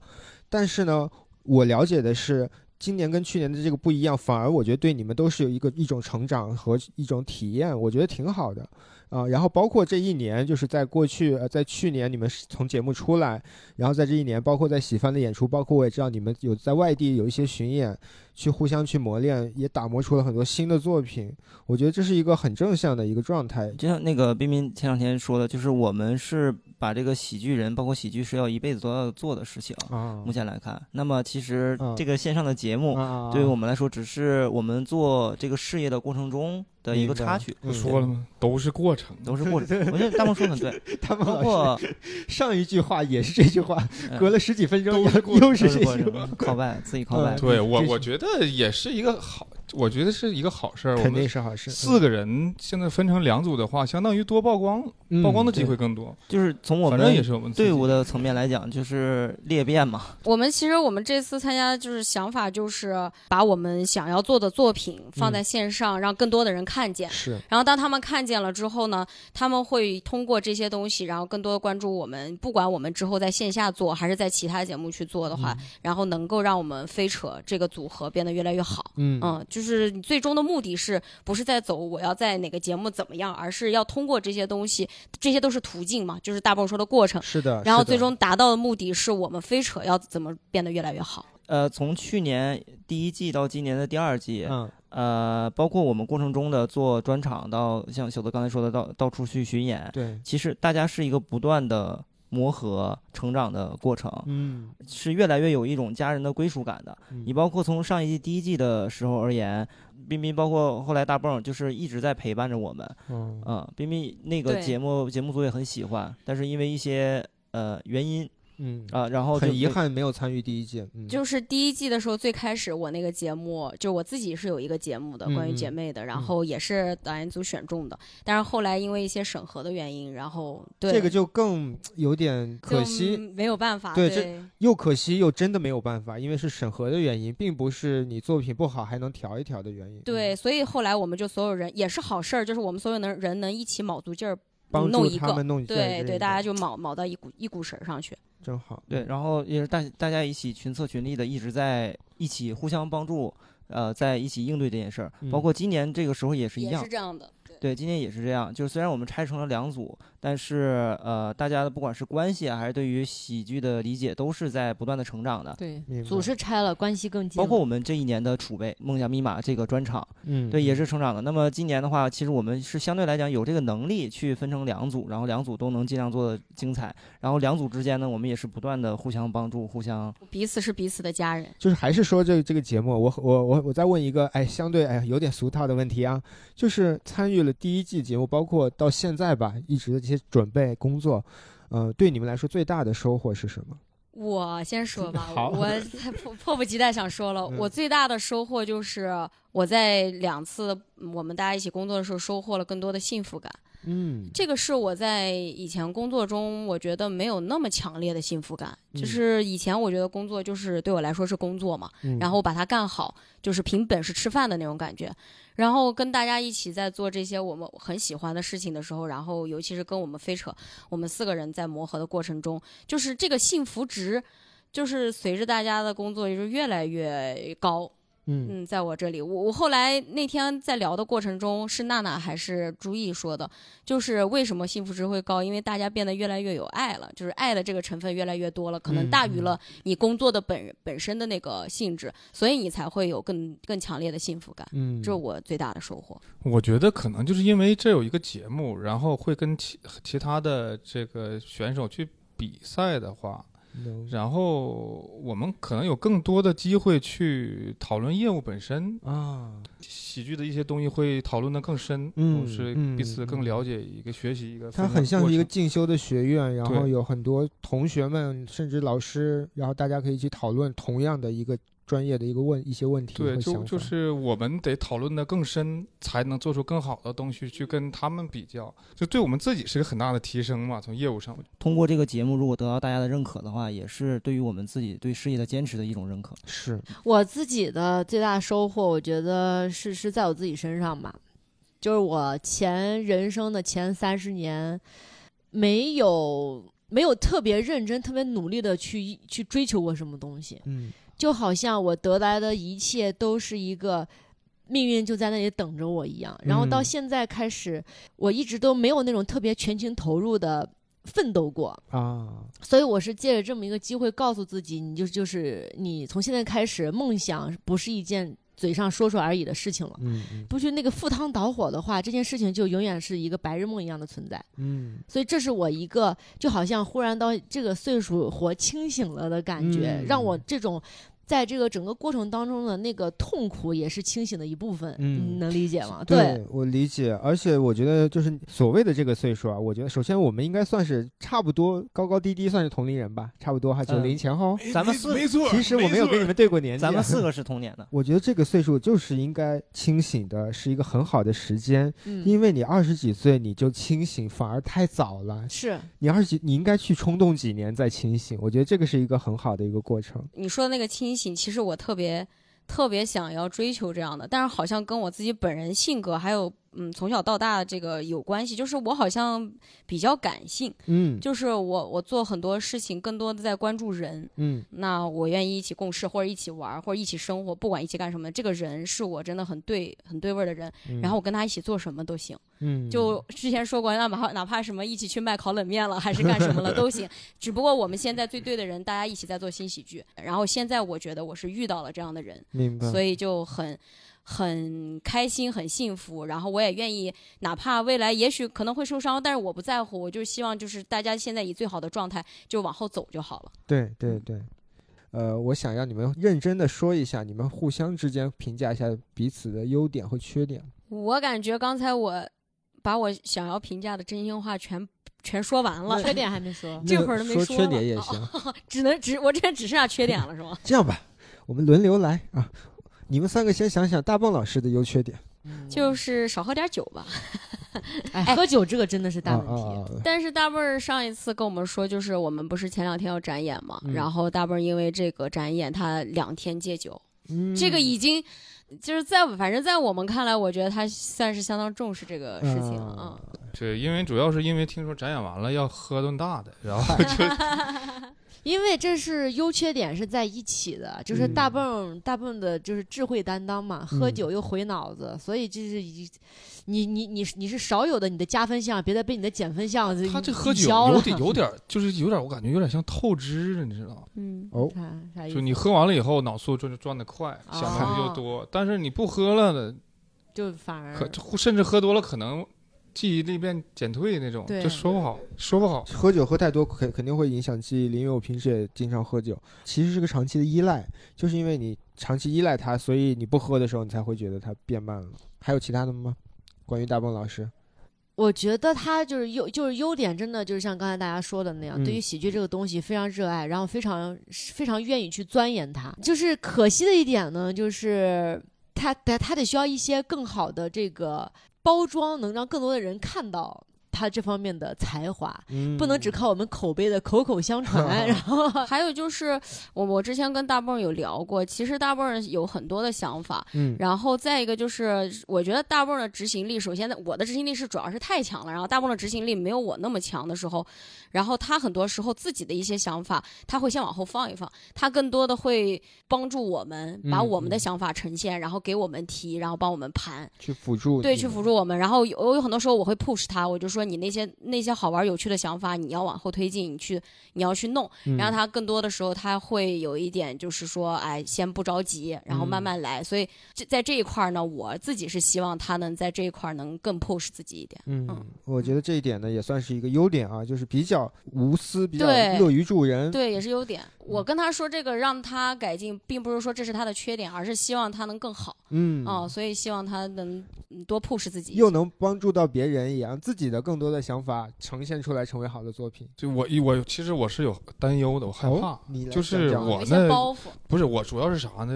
Speaker 2: 但是呢，我了解的是，今年跟去年的这个不一样，反而我觉得对你们都是有一个一种成长和一种体验，我觉得挺好的啊、然后包括这一年，就是在过去，呃，在去年你们是从节目出来，然后在这一年，包括在喜番的演出，包括我也知道你们有在外地有一些巡演，去互相去磨练，也打磨出了很多新的作品。我觉得这是一个很正向的一个状态。
Speaker 5: 就像那个彬彬前两天说的，就是我们是把这个喜剧人，包括喜剧是要一辈子都要做的事情。
Speaker 2: 啊
Speaker 5: 目前来看，那么其实
Speaker 2: 嗯
Speaker 5: 这个线上的节目，
Speaker 2: 啊
Speaker 5: 对于我们来说，只是我们做这个事业的过程中的一个
Speaker 2: 明白
Speaker 5: 插曲。
Speaker 2: 嗯
Speaker 6: 说了吗？嗯都是过程。
Speaker 5: 都是过程，我觉得大梦说的很对，
Speaker 2: 他们
Speaker 5: 包
Speaker 2: 老
Speaker 5: 括
Speaker 2: 师上一句话也 是这句话，
Speaker 5: 嗯
Speaker 2: 隔了十几分钟
Speaker 6: 都是过
Speaker 2: 又是
Speaker 5: 都是
Speaker 2: 这
Speaker 5: 过
Speaker 2: 句
Speaker 5: 程
Speaker 2: 话，
Speaker 5: 靠外自己靠外
Speaker 2: 嗯，
Speaker 6: 对我
Speaker 2: 这，是
Speaker 6: 我觉得也是一个好，我觉得是一个好事儿。我
Speaker 2: 肯定
Speaker 6: 们
Speaker 2: 是好事。
Speaker 6: 四个人现在分成两组的话，相当于多曝光，
Speaker 2: 嗯
Speaker 6: 曝光的机会更多。
Speaker 5: 就是从我
Speaker 6: 反正也
Speaker 5: 们
Speaker 6: 是我们自己
Speaker 5: 队伍的层面来讲，就是裂变嘛，
Speaker 4: 我们其实我们这次参加就是想法就是把我们想要做的作品放
Speaker 2: 嗯
Speaker 4: 在线上，让更多的人看见。
Speaker 2: 是
Speaker 4: 然后当他们看见了之后呢，他们会通过这些东西，然后更多的关注我们。不管我们之后在线下做还是在其他节目去做的
Speaker 2: 嗯
Speaker 4: 话，然后能够让我们飞扯这个组合变得越来越好。
Speaker 2: 嗯
Speaker 4: 嗯，就是你最终的目的是不是在走我要在哪个节目怎么样，而是要通过这些东西，这些都是途径嘛，就是大宝说的过程。
Speaker 2: 是的。
Speaker 4: 嗯然后
Speaker 2: 啊是的
Speaker 4: 最终达到的目的是我们飞扯要怎么变得越来越好。
Speaker 2: 嗯
Speaker 5: 呃，从去年第一季到今年的第二季，
Speaker 2: 嗯
Speaker 5: 呃，包括我们过程中的做专场到像小德刚才说的到到处去巡演，
Speaker 2: 对
Speaker 5: 其实大家是一个不断的磨合、成长的过程，
Speaker 2: 嗯
Speaker 5: 是越来越有一种家人的归属感的。
Speaker 2: 嗯
Speaker 5: 你包括从上一季第一季的时候而言，彬彬包括后来大蹦，就是一直在陪伴着我们。
Speaker 2: 嗯
Speaker 5: 嗯，彬彬那个
Speaker 4: 对
Speaker 5: 节目节目组也很喜欢，但是因为一些呃原因
Speaker 2: 嗯
Speaker 5: 啊、然后就
Speaker 2: 很遗
Speaker 5: 被。
Speaker 2: 憾没有参与第一届，嗯
Speaker 4: 就是第一季的时候，最开始我那个节目，就我自己是有一个节目的，
Speaker 2: 嗯
Speaker 4: 关于
Speaker 2: 嗯
Speaker 4: 姐妹的，然后也是导演组选中的，但是后来因为一些审核的原因，然后对
Speaker 2: 这个就更有点
Speaker 4: 就嗯
Speaker 2: 可惜，
Speaker 4: 没有办法，
Speaker 2: 对
Speaker 4: 对
Speaker 2: 这又可惜又真的没有办法，因为是审核的原因，并不是你作品不好还能调一调的原因。
Speaker 4: 对
Speaker 2: 嗯，
Speaker 4: 所以后来我们就所有人也是好事儿，就是我们所有能人能一起卯足劲儿
Speaker 2: 帮
Speaker 4: 弄
Speaker 2: 助
Speaker 4: 一
Speaker 2: 他
Speaker 4: 个
Speaker 2: 们弄一下
Speaker 4: 对
Speaker 2: 这
Speaker 4: 对，
Speaker 2: 个
Speaker 4: 大家就卯卯到一股一股绳儿上去。
Speaker 2: 真好。
Speaker 5: 对，然后也是大大家一起群策群力的，一直在一起互相帮助，呃，在一起应对这件事儿。
Speaker 2: 嗯
Speaker 5: 包括今年这个时候也是一
Speaker 4: 也
Speaker 5: 样
Speaker 4: 是，这样的，
Speaker 5: 对，今天也是这样。就是虽然我们拆成了两组，但是呃，大家的不管是关系啊还是对于喜剧的理解，都是在不断的成长的。
Speaker 7: 对
Speaker 2: 明白
Speaker 7: 组是拆了，关系更近
Speaker 5: 包
Speaker 7: 了。
Speaker 5: 括我们这一年的储备《梦想密码》这个专场，
Speaker 2: 嗯，
Speaker 5: 对，也
Speaker 2: 是
Speaker 5: 是成长的。那么今年的话，其实我们是相对来讲有这个能力去分成两组，然后两组都能尽量做的精彩。然后两组之间呢，我们也是不断的互相帮助，互相
Speaker 4: 彼此是彼此的家人。
Speaker 2: 就是还是说这这个节目，我我我我再问一个，哎，相对哎有点俗套的问题啊，就是参与了第一季节目，包括到现在吧，一直的这些准备工作，呃，对你们来说最大的收获是什么？
Speaker 4: 我先说吧，
Speaker 2: 好
Speaker 4: 我迫迫不及待想说了。
Speaker 2: 嗯
Speaker 4: 我最大的收获就是我在两次嗯我们大家一起工作的时候，收获了更多的幸福感。
Speaker 2: 嗯，
Speaker 4: 这个是我在以前工作中，我觉得没有那么强烈的幸福感。
Speaker 2: 嗯
Speaker 4: 就是以前我觉得工作就是对我来说是工作嘛，
Speaker 2: 嗯
Speaker 4: 然后把它干好，就是凭本事吃饭的那种感觉。然后跟大家一起在做这些我们很喜欢的事情的时候，然后尤其是跟我们飞扯，我们四个人在磨合的过程中，就是这个幸福值，就是随着大家的工作就是越来越高。
Speaker 2: 嗯
Speaker 4: 嗯，在我这里，我我后来那天在聊的过程中，是娜娜还是朱毅说的，就是为什么幸福值会高，因为大家变得越来越有爱了，就是爱的这个成分越来越多了，可
Speaker 2: 嗯
Speaker 4: 能大于了你工作的本本身的那个性质，所以你才会有更更强烈的幸福感。
Speaker 2: 嗯，
Speaker 4: 这是我最大的收获。
Speaker 6: 我觉得可能就是因为这有一个节目，然后会跟其其他的这个选手去比赛的话，
Speaker 2: 能
Speaker 6: 然后我们可能有更多的机会去讨论业务本身，
Speaker 2: 啊，
Speaker 6: 喜剧的一些东西会讨论的更深，
Speaker 2: 嗯
Speaker 6: 同时
Speaker 2: 嗯
Speaker 6: 彼此更了解一个学习一个分
Speaker 2: 它
Speaker 6: 享的过程，
Speaker 2: 很像是一个进修的学院，然后
Speaker 6: 对
Speaker 2: 有很多同学们甚至老师，然后大家可以去讨论同样的一个专业的一个问一些问题
Speaker 6: 对，
Speaker 2: 和想
Speaker 6: 就
Speaker 2: 法。
Speaker 6: 就是我们得讨论的更深，才能做出更好的东西去跟他们比较，就对我们自己是个很大的提升嘛。从业务上，
Speaker 5: 通过这个节目，如果得到大家的认可的话，也是对于我们自己对事业的坚持的一种认可。
Speaker 2: 是
Speaker 7: 我自己的最大收获，我觉得是是在我自己身上吧，就是我前人生的前三十年，没有没有特别认真、特别努力的去去追求过什么东西，
Speaker 2: 嗯，
Speaker 7: 就好像我得来的一切都是一个。命运就在那里等着我一样，然后到
Speaker 2: 嗯
Speaker 7: 现在开始，我一直都没有那种特别全情投入的奋斗过。
Speaker 2: 啊，
Speaker 7: 所以我是借着这么一个机会，告诉自己，你就就是你从现在开始，梦想不是一件嘴上说说而已的事情了。
Speaker 2: 嗯嗯
Speaker 7: 不去那个赴汤蹈火的话，这件事情就永远是一个白日梦一样的存在。
Speaker 2: 嗯，
Speaker 7: 所以这是我一个就好像忽然到这个岁数活清醒了的感觉，
Speaker 2: 嗯
Speaker 7: 让我这种在这个整个过程当中的那个痛苦也是清醒的一部分。
Speaker 2: 嗯
Speaker 7: 你能理解
Speaker 5: 哦
Speaker 7: 吗？
Speaker 2: 对我理解，而且我觉得就是所谓的这个岁数啊，我觉得首先我们应该算是差不多高高低低算是同龄人吧，差不多哈，九零前后。
Speaker 5: 咱们四，
Speaker 6: 错
Speaker 2: 其实我没有跟你们对过年纪啊，，
Speaker 5: 嗯咱们四个是同年的
Speaker 2: 我觉得这个岁数就是应该清醒的，是一个很好的时间，
Speaker 7: 嗯，
Speaker 2: 因为你二十几岁你就清醒，反而太早了。
Speaker 7: 是
Speaker 2: 你二十几，你应该去冲动几年再清醒。我觉得这个是一个很好的一个过程。
Speaker 4: 你说的那个清醒，其实我特别特别想要追求这样的，但是好像跟我自己本人性格还有嗯从小到大这个有关系，就是我好像比较感性，
Speaker 2: 嗯
Speaker 4: 就是我我做很多事情更多的在关注人，
Speaker 2: 嗯
Speaker 4: 那我愿意一起共事或者一起玩儿或者一起生活，不管一起干什么，这个人是我真的很对很对味儿的人，
Speaker 2: 嗯，
Speaker 4: 然后我跟他一起做什么都行。
Speaker 2: 嗯
Speaker 4: 就之前说过，那哪怕哪怕什么一起去卖烤冷面了，还是干什么了都 行。只不过我们现在最对的人，大家一起在做新喜剧。然后现在我觉得我是遇到了这样的人，
Speaker 2: 明白，
Speaker 4: 所以就很很开心，很幸福。然后我也愿意，哪怕未来也许可能会受伤，但是我不在乎。我就希望就是大家现在以最好的状态就往后走就好了。
Speaker 2: 对对对，呃，我想让你们认真的说一下，你们互相之间评价一下彼此的优点和缺点。
Speaker 4: 我感觉刚才我把我想要评价的真心话全全说完了，
Speaker 7: 缺点还没 说，
Speaker 4: 这
Speaker 2: 那
Speaker 4: 会儿都没
Speaker 2: 说
Speaker 4: 说
Speaker 2: 缺
Speaker 4: 了
Speaker 2: 点也
Speaker 4: 哦
Speaker 2: 行，
Speaker 4: 只能只我这只剩下缺点了是吗？
Speaker 2: 这样吧，我们轮流来啊，你们三个先想想大棒老师的优缺点。
Speaker 4: 就是少喝点酒吧。
Speaker 7: 哎，喝酒这个真的是大问题。
Speaker 2: 啊啊啊
Speaker 4: 但是大辈儿上一次跟我们说，就是我们不是前两天要展演嘛，
Speaker 2: 嗯
Speaker 4: 然后大辈儿因为这个展演，他两天戒酒，
Speaker 2: 嗯
Speaker 4: 这个已经就是在反正在我们看来，我觉得他算是相当重视这个事情了啊。嗯
Speaker 6: 对，因为主要是因为听说展演完了要喝顿大的，然后就
Speaker 7: 因为这是优缺点是在一起的，就是
Speaker 2: 嗯
Speaker 7: 大泵、大泵的就是智慧担当嘛，喝
Speaker 2: 嗯
Speaker 7: 酒又毁脑子，所以这是一，你你你是你是少有的你的加分项，别再被你的减分项
Speaker 6: 他这
Speaker 7: 抵
Speaker 6: 喝酒
Speaker 7: 消
Speaker 6: 有
Speaker 7: 了。
Speaker 6: 点有点，就是有点，我感觉有点像透支了，你知道吗？
Speaker 4: 嗯，
Speaker 2: 哦，
Speaker 7: 看啊啥意
Speaker 6: 就
Speaker 7: 思？
Speaker 6: 你喝完了以后，脑速转转的快，
Speaker 7: 哎哦嗯
Speaker 6: 想的东西就多，但是你不喝了的，
Speaker 7: 就反而
Speaker 6: 可甚至喝多了可能记忆力变减退那种，
Speaker 7: 对
Speaker 6: 就说不好，说不好。
Speaker 2: 喝酒喝太多肯肯定会影响记忆力，因为我平时也经常喝酒，其实是个长期的依赖，就是因为你长期依赖它，所以你不喝的时候你才会觉得它变慢了。还有其他的吗？关于大棒老师，
Speaker 7: 我觉得他就是优，就是优点，真的就是像刚才大家说的那样，
Speaker 2: 嗯
Speaker 7: 对于喜剧这个东西非常热爱，然后非常非常愿意去钻研它。就是可惜的一点呢，就是他他他得需要一些更好的这个包装，能让更多的人看到他这方面的才华，
Speaker 2: 嗯
Speaker 7: 不能只靠我们口碑的口口相传，然后
Speaker 4: 呃还有就是我我之前跟大辈儿有聊过，其实大辈儿有很多的想法，
Speaker 2: 嗯
Speaker 4: 然后再一个就是，我觉得大泵的执行力，首先呢我的执行力是主要是太强了，然后大泵的执行力没有我那么强的时候，然后他很多时候自己的一些想法，他会先往后放一放，他更多的会帮助我们把
Speaker 2: 嗯
Speaker 4: 我们的
Speaker 2: 嗯
Speaker 4: 想法呈现，然后给我们提，然后帮我们盘，
Speaker 2: 去辅助，
Speaker 4: 对，去辅。助我们。然后有我有很多时候我会 push 他，我就说你那些那些好玩有趣的想法，你要往后推进，你去你要去弄。
Speaker 2: 嗯
Speaker 4: 然后他更多的时候他会有一点就是说，哎，先不着急，然后慢慢来。所以这在这一块儿呢，我自己是希望他能在这一块儿能更 push 自己一点。
Speaker 2: 嗯
Speaker 4: 嗯，
Speaker 2: 我觉得这一点呢也算是一个优点啊，就是比较无私，比较
Speaker 4: 对
Speaker 2: 乐于助人。
Speaker 4: 对，也是优点。我跟他说这个让他改进，并不是说这是他的缺点，而是希望他能更好
Speaker 2: 嗯，
Speaker 4: 哦啊、所以希望他能嗯多 push 自己一些。
Speaker 2: 又能帮助到别人，也让自己的更多的想法呈现出来，成为好的作品。
Speaker 6: 就我一我其实我是有担忧的，我害怕。
Speaker 2: 哦你来
Speaker 6: 就是
Speaker 2: 讲讲
Speaker 6: 我
Speaker 4: 有一些
Speaker 6: 呢，
Speaker 4: 包袱，
Speaker 6: 不是我主要是啥呢？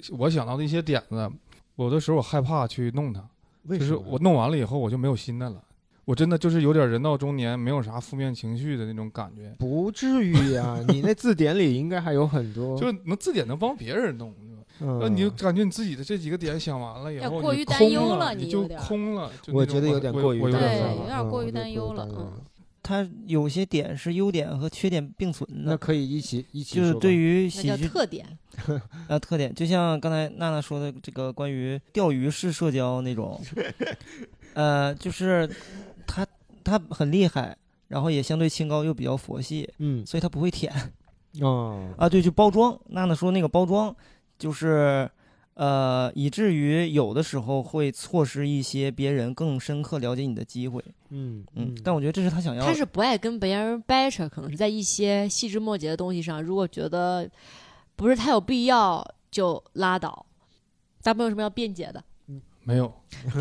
Speaker 6: 就是我想到的一些点子，有的时候我害怕去弄它，
Speaker 2: 为
Speaker 6: 就
Speaker 2: 什
Speaker 6: 是
Speaker 2: 么
Speaker 6: 我弄完了以后我就没有新的了。我真的就是有点人到中年，没有啥负面情绪的那种感觉，
Speaker 2: 不至于呀，你那字典里应该还有很多。
Speaker 6: 就是能字典能帮别人弄。是吧
Speaker 2: 嗯
Speaker 6: 那你就感觉你自己的这几个点想完了以
Speaker 4: 有点
Speaker 6: 后，
Speaker 4: 过
Speaker 6: 你
Speaker 4: 于
Speaker 6: 空
Speaker 4: 担忧
Speaker 6: 了，
Speaker 4: 了
Speaker 6: 你
Speaker 4: 你
Speaker 6: 就
Speaker 4: 有点
Speaker 6: 空了。就
Speaker 2: 我
Speaker 6: 那种
Speaker 2: 觉得有点过于
Speaker 6: 我我有
Speaker 2: 担
Speaker 6: 点
Speaker 2: 忧了，
Speaker 6: 害怕
Speaker 4: 对有点过于
Speaker 2: 嗯
Speaker 4: 担忧了
Speaker 2: 我觉得过于担忧
Speaker 5: 它有些点是优点和缺点并存
Speaker 2: 那
Speaker 5: 的，
Speaker 2: 可以一起一起
Speaker 5: 就
Speaker 2: 说
Speaker 5: 是
Speaker 2: 吧。
Speaker 5: 对于
Speaker 7: 那
Speaker 5: 喜
Speaker 7: 叫
Speaker 5: 剧
Speaker 7: 特点。
Speaker 5: 呃特点，就像刚才娜娜说的这个关于钓鱼式社交 那种，呃，就是他他很厉害，然后也相对清高又比较佛系，
Speaker 2: 嗯
Speaker 5: 所以他不会舔
Speaker 2: 哦，
Speaker 5: 啊。对，就包装，娜娜说那个包装就是。呃，以至于有的时候会错失一些别人更深刻了解你的机会，
Speaker 2: 嗯
Speaker 5: 嗯，但我觉得这是他想要的。
Speaker 7: 他是不爱跟别人掰扯，可能是在一些细枝末节的东西上，如果觉得不是太有必要，就拉倒。咱们有什么要辩 解的？
Speaker 6: 没有，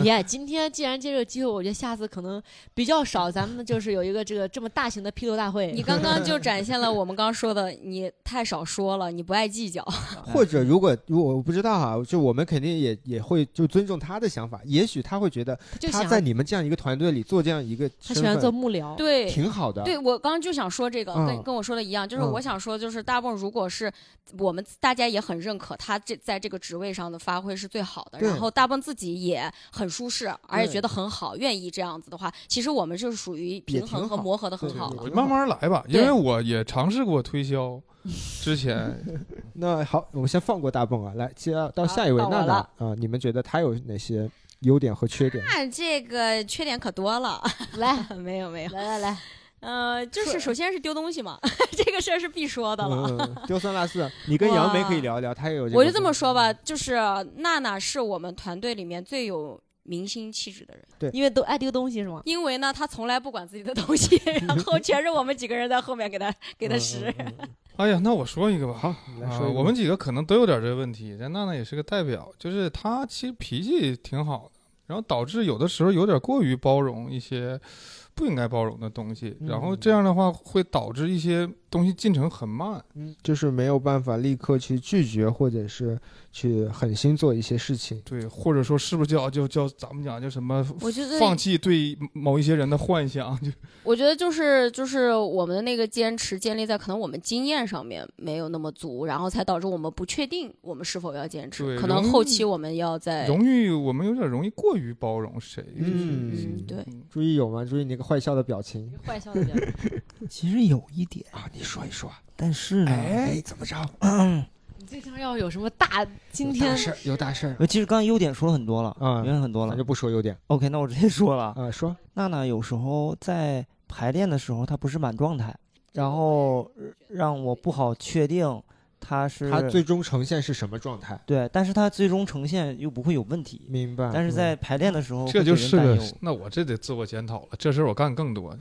Speaker 7: 别，今天既然借这个机会，我觉得下次可能比较少，咱们就是有一个这个这么大型的批斗 大会。
Speaker 4: 你刚刚就展现了我们刚说的，你太少说了，你不爱计较。
Speaker 2: 或者如果如果我不知道啊，就我们肯定也也会就尊重他的想法，也许他会觉得
Speaker 7: 他就
Speaker 2: 他
Speaker 7: 想
Speaker 2: 在你们这样一个团队里做这样一个
Speaker 7: 他
Speaker 2: 身
Speaker 7: 喜欢
Speaker 2: 份，
Speaker 7: 做幕僚，
Speaker 4: 对，
Speaker 2: 挺好的。
Speaker 4: 对，我刚刚就想说这个，
Speaker 2: 嗯
Speaker 4: 跟跟我说的一样，就是
Speaker 2: 嗯
Speaker 4: 我想说，就是大部分如果是我们大家也很认可他这在这个职位上的发挥是最好的，
Speaker 2: 对
Speaker 4: 然后大部分自己也很舒适，而且
Speaker 2: 对
Speaker 4: 觉得很好，愿意这样子的话，其实我们就是属于平
Speaker 2: 挺
Speaker 4: 衡和
Speaker 2: 好
Speaker 4: 磨合的很
Speaker 2: 对
Speaker 4: 好
Speaker 2: 对
Speaker 4: 了。
Speaker 2: 对
Speaker 6: 慢慢来吧，因
Speaker 4: 对
Speaker 6: 为我也尝试过 推销，之前
Speaker 2: 那好，我们先放过大蹦啊，来接到到
Speaker 4: 好
Speaker 2: 下一位
Speaker 4: 到我
Speaker 2: 娜娜
Speaker 4: 了
Speaker 2: 啊，你们觉得她有哪些优点和缺点？
Speaker 4: 那这个缺点可多 了，
Speaker 7: 来
Speaker 4: 没有没有，
Speaker 7: 来来来，
Speaker 4: 呃，就是
Speaker 7: 说
Speaker 4: 首先是丢东西嘛， 这个事儿是必说的了。
Speaker 2: 嗯，丢三落四，你跟杨梅可以
Speaker 4: 哇
Speaker 2: 聊一聊，她也有。
Speaker 4: 我就这么，说
Speaker 6: 嗯
Speaker 4: 吧，就是娜娜是我们团队里面最有明星气质的人。
Speaker 7: 因为都爱丢东西是吗？
Speaker 4: 因为呢，他从来不管自己的东西，然 后全是我们几个人在后面给他给他拾。
Speaker 2: 嗯。嗯嗯
Speaker 6: 哎呀，那我说一个吧。
Speaker 2: 好，你来
Speaker 6: 啊
Speaker 2: 说一个吧，
Speaker 6: 我们几个可能都有点这个问题。但娜娜也是个代表，就是她其实脾气挺好的，然后导致有的时候有点过于包容一些不应该包容的东西，然后
Speaker 2: 嗯
Speaker 6: 这样的话会导致一些东西进程很慢。
Speaker 2: 嗯就是没有办法立刻去拒绝，或者是去狠心做一些事情。
Speaker 6: 对，或者说是不是叫就叫咱们讲叫什么？
Speaker 4: 我觉得
Speaker 6: 放弃对某一些人的幻想，就
Speaker 4: 我觉得就是就是我们的那个坚持建立在可能我们经验上面没有那么足，然后才导致我们不确定我们是否要坚
Speaker 6: 对
Speaker 4: 持，可能后期我们要在
Speaker 6: 容易我们有点容易过于包容谁。就是
Speaker 2: 嗯
Speaker 4: 嗯对，
Speaker 2: 注意有吗？注意你那个坏笑的表情
Speaker 7: 坏笑的表情，
Speaker 5: 其实有一点，
Speaker 2: 啊！你说一说，
Speaker 5: 但是呢，
Speaker 2: 哎，怎么着？
Speaker 7: 你最常要有什么 大？今
Speaker 2: 有大
Speaker 7: 天
Speaker 2: 事儿，有大事儿，
Speaker 5: 呃其实刚才优点说了很多了，
Speaker 2: 嗯
Speaker 5: 优点很多
Speaker 2: 咱
Speaker 5: 了
Speaker 2: 就。不说优点
Speaker 5: OK，那我直接说了。
Speaker 2: 啊，说
Speaker 5: 娜娜有时候在排练的时候，她不是满状态，然后呃让我不好确定她是
Speaker 2: 他最终呈现是什么状态？
Speaker 5: 对，但是她最终呈现又不会有问题。
Speaker 2: 明白。
Speaker 5: 但是在排练的时候，
Speaker 6: 这就是
Speaker 5: 会给
Speaker 6: 个
Speaker 5: 人担忧，
Speaker 6: 那我这得自我检讨了，这事儿我干更多。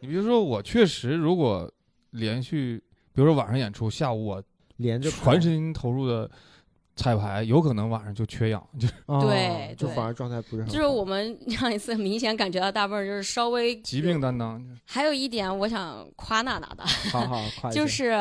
Speaker 6: 你比如说，我确实如果连续，比如说晚上演出，下午我
Speaker 2: 嗯连着
Speaker 6: 全身投入的彩排，有可能晚上就缺氧，就是
Speaker 2: 哦
Speaker 4: 对
Speaker 2: 就
Speaker 4: 对
Speaker 2: 反而状态不是很好。
Speaker 4: 就是我们 上一次明显感觉到大部分就是稍微
Speaker 6: 疾病担当。
Speaker 4: 还有一点，我想夸娜娜的，
Speaker 2: 好 好夸一下，
Speaker 4: 就是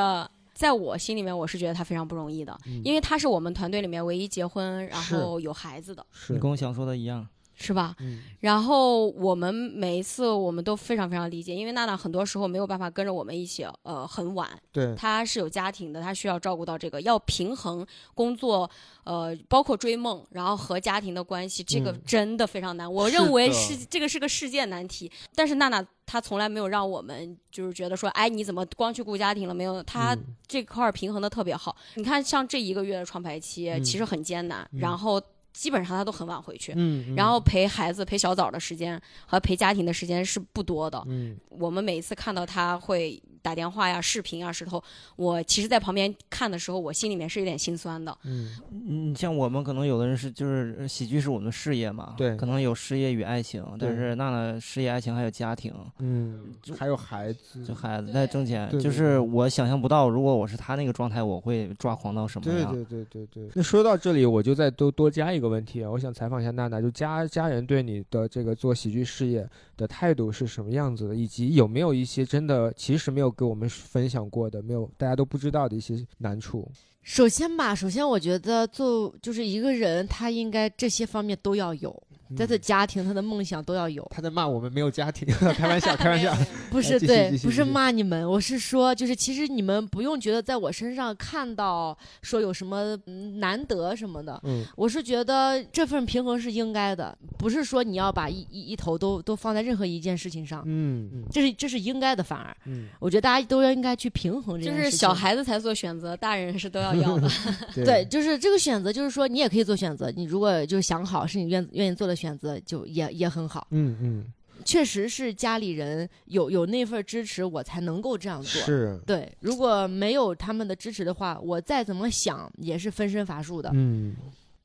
Speaker 4: 在我心里面，我是觉得她非常不容易的，
Speaker 2: 嗯
Speaker 4: 因为她是我们团队里面唯一结婚然
Speaker 2: 是
Speaker 4: 后有孩子的，
Speaker 2: 是
Speaker 5: 你跟我想说的一样。
Speaker 4: 是吧？
Speaker 2: 嗯
Speaker 4: 然后我们每一次我们都非常非常理解，因为娜娜很多时候没有办法跟着我们一起，呃，很晚，
Speaker 2: 对
Speaker 4: 她是有家庭的，她需要照顾到这个，要平衡工作，呃，包括追梦，然后和家庭的关系，这个
Speaker 2: 嗯
Speaker 4: 真的非常难。我
Speaker 2: 是
Speaker 4: 认为
Speaker 2: 的
Speaker 4: 是这个是个世界难题，但是娜娜她从来没有让我们就是觉得说，哎，你怎么光去顾家庭了？没有，她
Speaker 2: 嗯
Speaker 4: 这块儿平衡的特别好。你看，像这一个月的创牌期，
Speaker 2: 嗯
Speaker 4: 其实很艰难，
Speaker 2: 嗯
Speaker 4: 然后基本上她都很晚回去。
Speaker 2: 嗯，嗯
Speaker 4: 然后陪孩子、陪小枣的时间和陪家庭的时间是不多的。
Speaker 2: 嗯
Speaker 4: 我们每一次看到他会打电话呀、视频啊、石头，我其实在旁边看的时候，我心里面是有点心酸的。
Speaker 2: 嗯，
Speaker 5: 嗯，像我们可能有的人是就是呃喜剧是我们的事业嘛，
Speaker 2: 对
Speaker 5: 可能有事业与爱情，但
Speaker 2: 对
Speaker 5: 是娜娜事业爱情还有家庭，
Speaker 2: 嗯，还有孩
Speaker 5: 就
Speaker 2: 子，
Speaker 5: 孩子在挣钱
Speaker 2: 嗯对，对
Speaker 5: 就是我想象不到，如果我是他那个状态，我会抓狂到什么
Speaker 2: 对
Speaker 5: 样？
Speaker 2: 对对对对。那说到这里，我就再多多加一个问题啊，我想采访一下娜娜，就家家人对你的这个做喜剧事业的态度是什么样子的，以及有没有一些真的其实没有给我们分享过的，没有大家都不知道的一些难处。
Speaker 7: 首先吧，首先我觉得做就是一个人，他应该这些方面都要有，在他的
Speaker 2: 嗯
Speaker 7: 家庭、他的梦想都 要有。
Speaker 2: 他在骂我们没有家庭，开玩笑，开玩笑。
Speaker 7: 不
Speaker 2: 来
Speaker 7: 是
Speaker 2: 哎继续
Speaker 7: 对
Speaker 2: 继，续
Speaker 7: 不是
Speaker 2: 继续
Speaker 7: 骂你们，我是说，就是其实你们不用觉得在我身上看到说有什么嗯难得什么的，
Speaker 2: 嗯
Speaker 7: 我是觉得这份平衡是应该的，不是说你要把一一一头都都放在任何一件事情上，
Speaker 2: 嗯
Speaker 7: 这是这是应该的，反而
Speaker 2: 嗯
Speaker 7: 我觉得大家都要应该去平衡这
Speaker 4: 就
Speaker 7: 件事
Speaker 4: 是
Speaker 7: 情。
Speaker 4: 小孩子才做选择，大人是都要要的。
Speaker 2: 嗯，
Speaker 7: 对，，就是这个选择，就是说你也可以做选择，你如果就是想好是你愿愿意做的选择，就也也很好。
Speaker 2: 嗯嗯，
Speaker 7: 确实是家里人有有那份支持，我才能够这样做。
Speaker 2: 嗯是，
Speaker 7: 对，如果没有他们的支持的话，我再怎么想也是分身乏术的。
Speaker 2: 嗯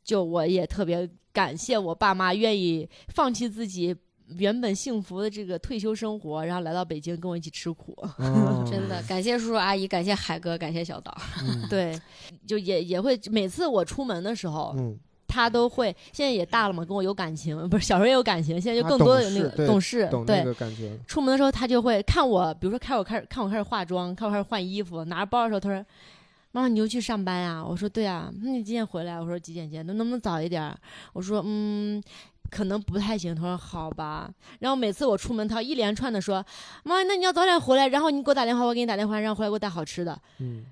Speaker 7: 就我也特别感谢我爸妈愿意放弃自己原本幸福的这个退休生活，然后来到北京跟我一起 吃苦。
Speaker 2: 哦
Speaker 4: 真的，感谢叔叔阿姨，感谢海哥，感谢小岛。
Speaker 2: 嗯
Speaker 7: 对，就也也会每次我出门的时候，
Speaker 2: 嗯
Speaker 7: 他都会现在也大了嘛，跟我有感情，不是小时候也有感情，现在就
Speaker 2: 他
Speaker 7: 更多
Speaker 2: 懂
Speaker 7: 的有那
Speaker 2: 事对
Speaker 7: 个懂事，
Speaker 2: 嗯懂
Speaker 7: 对
Speaker 2: 那个感觉，
Speaker 7: 出门的时候，他就会看我，比如说看我开始看我开始化妆，看我开始换衣服，拿着包的时候，他说：“妈妈，你又去上班啊？”我说：“对啊。”那你几点回来？我说：“几点见？那能不能早一点儿？”我说：“嗯，可能不太行。”他说：“好吧。”然后每次我出门，他一连串的说：“妈，那你要早点回来，然后你给我打电话，我给你打电话，然后回来给我带好吃的。”
Speaker 2: 嗯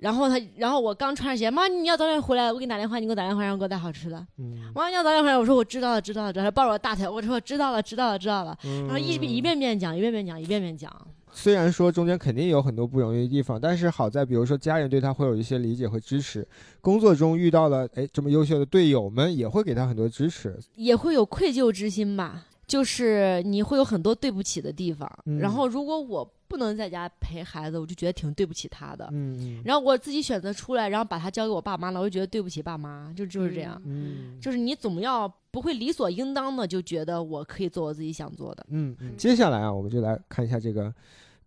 Speaker 7: 然后他，然后我刚穿上鞋，妈，你要早点回来，我给你打电话，你给我打电话，然后给我带好吃的。
Speaker 2: 嗯，
Speaker 7: 妈，你要早点回来，我说我知道了，知道了，知道了。他抱着我大腿，我说我知道了，知道了，知道了。
Speaker 2: 嗯
Speaker 7: 然后啊一遍一遍遍讲，一遍遍讲，一遍遍讲。
Speaker 2: 虽然说中间肯定有很多不容易的地方，但是好在比如说家人对他会有一些理解和支持，工作中遇到了哎这么优秀的队友们也会给他很多支持，
Speaker 7: 也会有愧疚之心吧，就是你会有很多对不起的地方。
Speaker 2: 嗯
Speaker 7: 然后如果我不能在家陪孩子，我就觉得挺对不起他的。
Speaker 2: 嗯
Speaker 7: 然后我自己选择出来，然后把他交给我爸妈了，我就觉得对不起爸妈，就就是这样。
Speaker 2: 嗯
Speaker 7: 就是你总要不会理所应当的就觉得我可以做我自己想做的。
Speaker 2: 嗯嗯，接下来啊，我们就来看一下这个。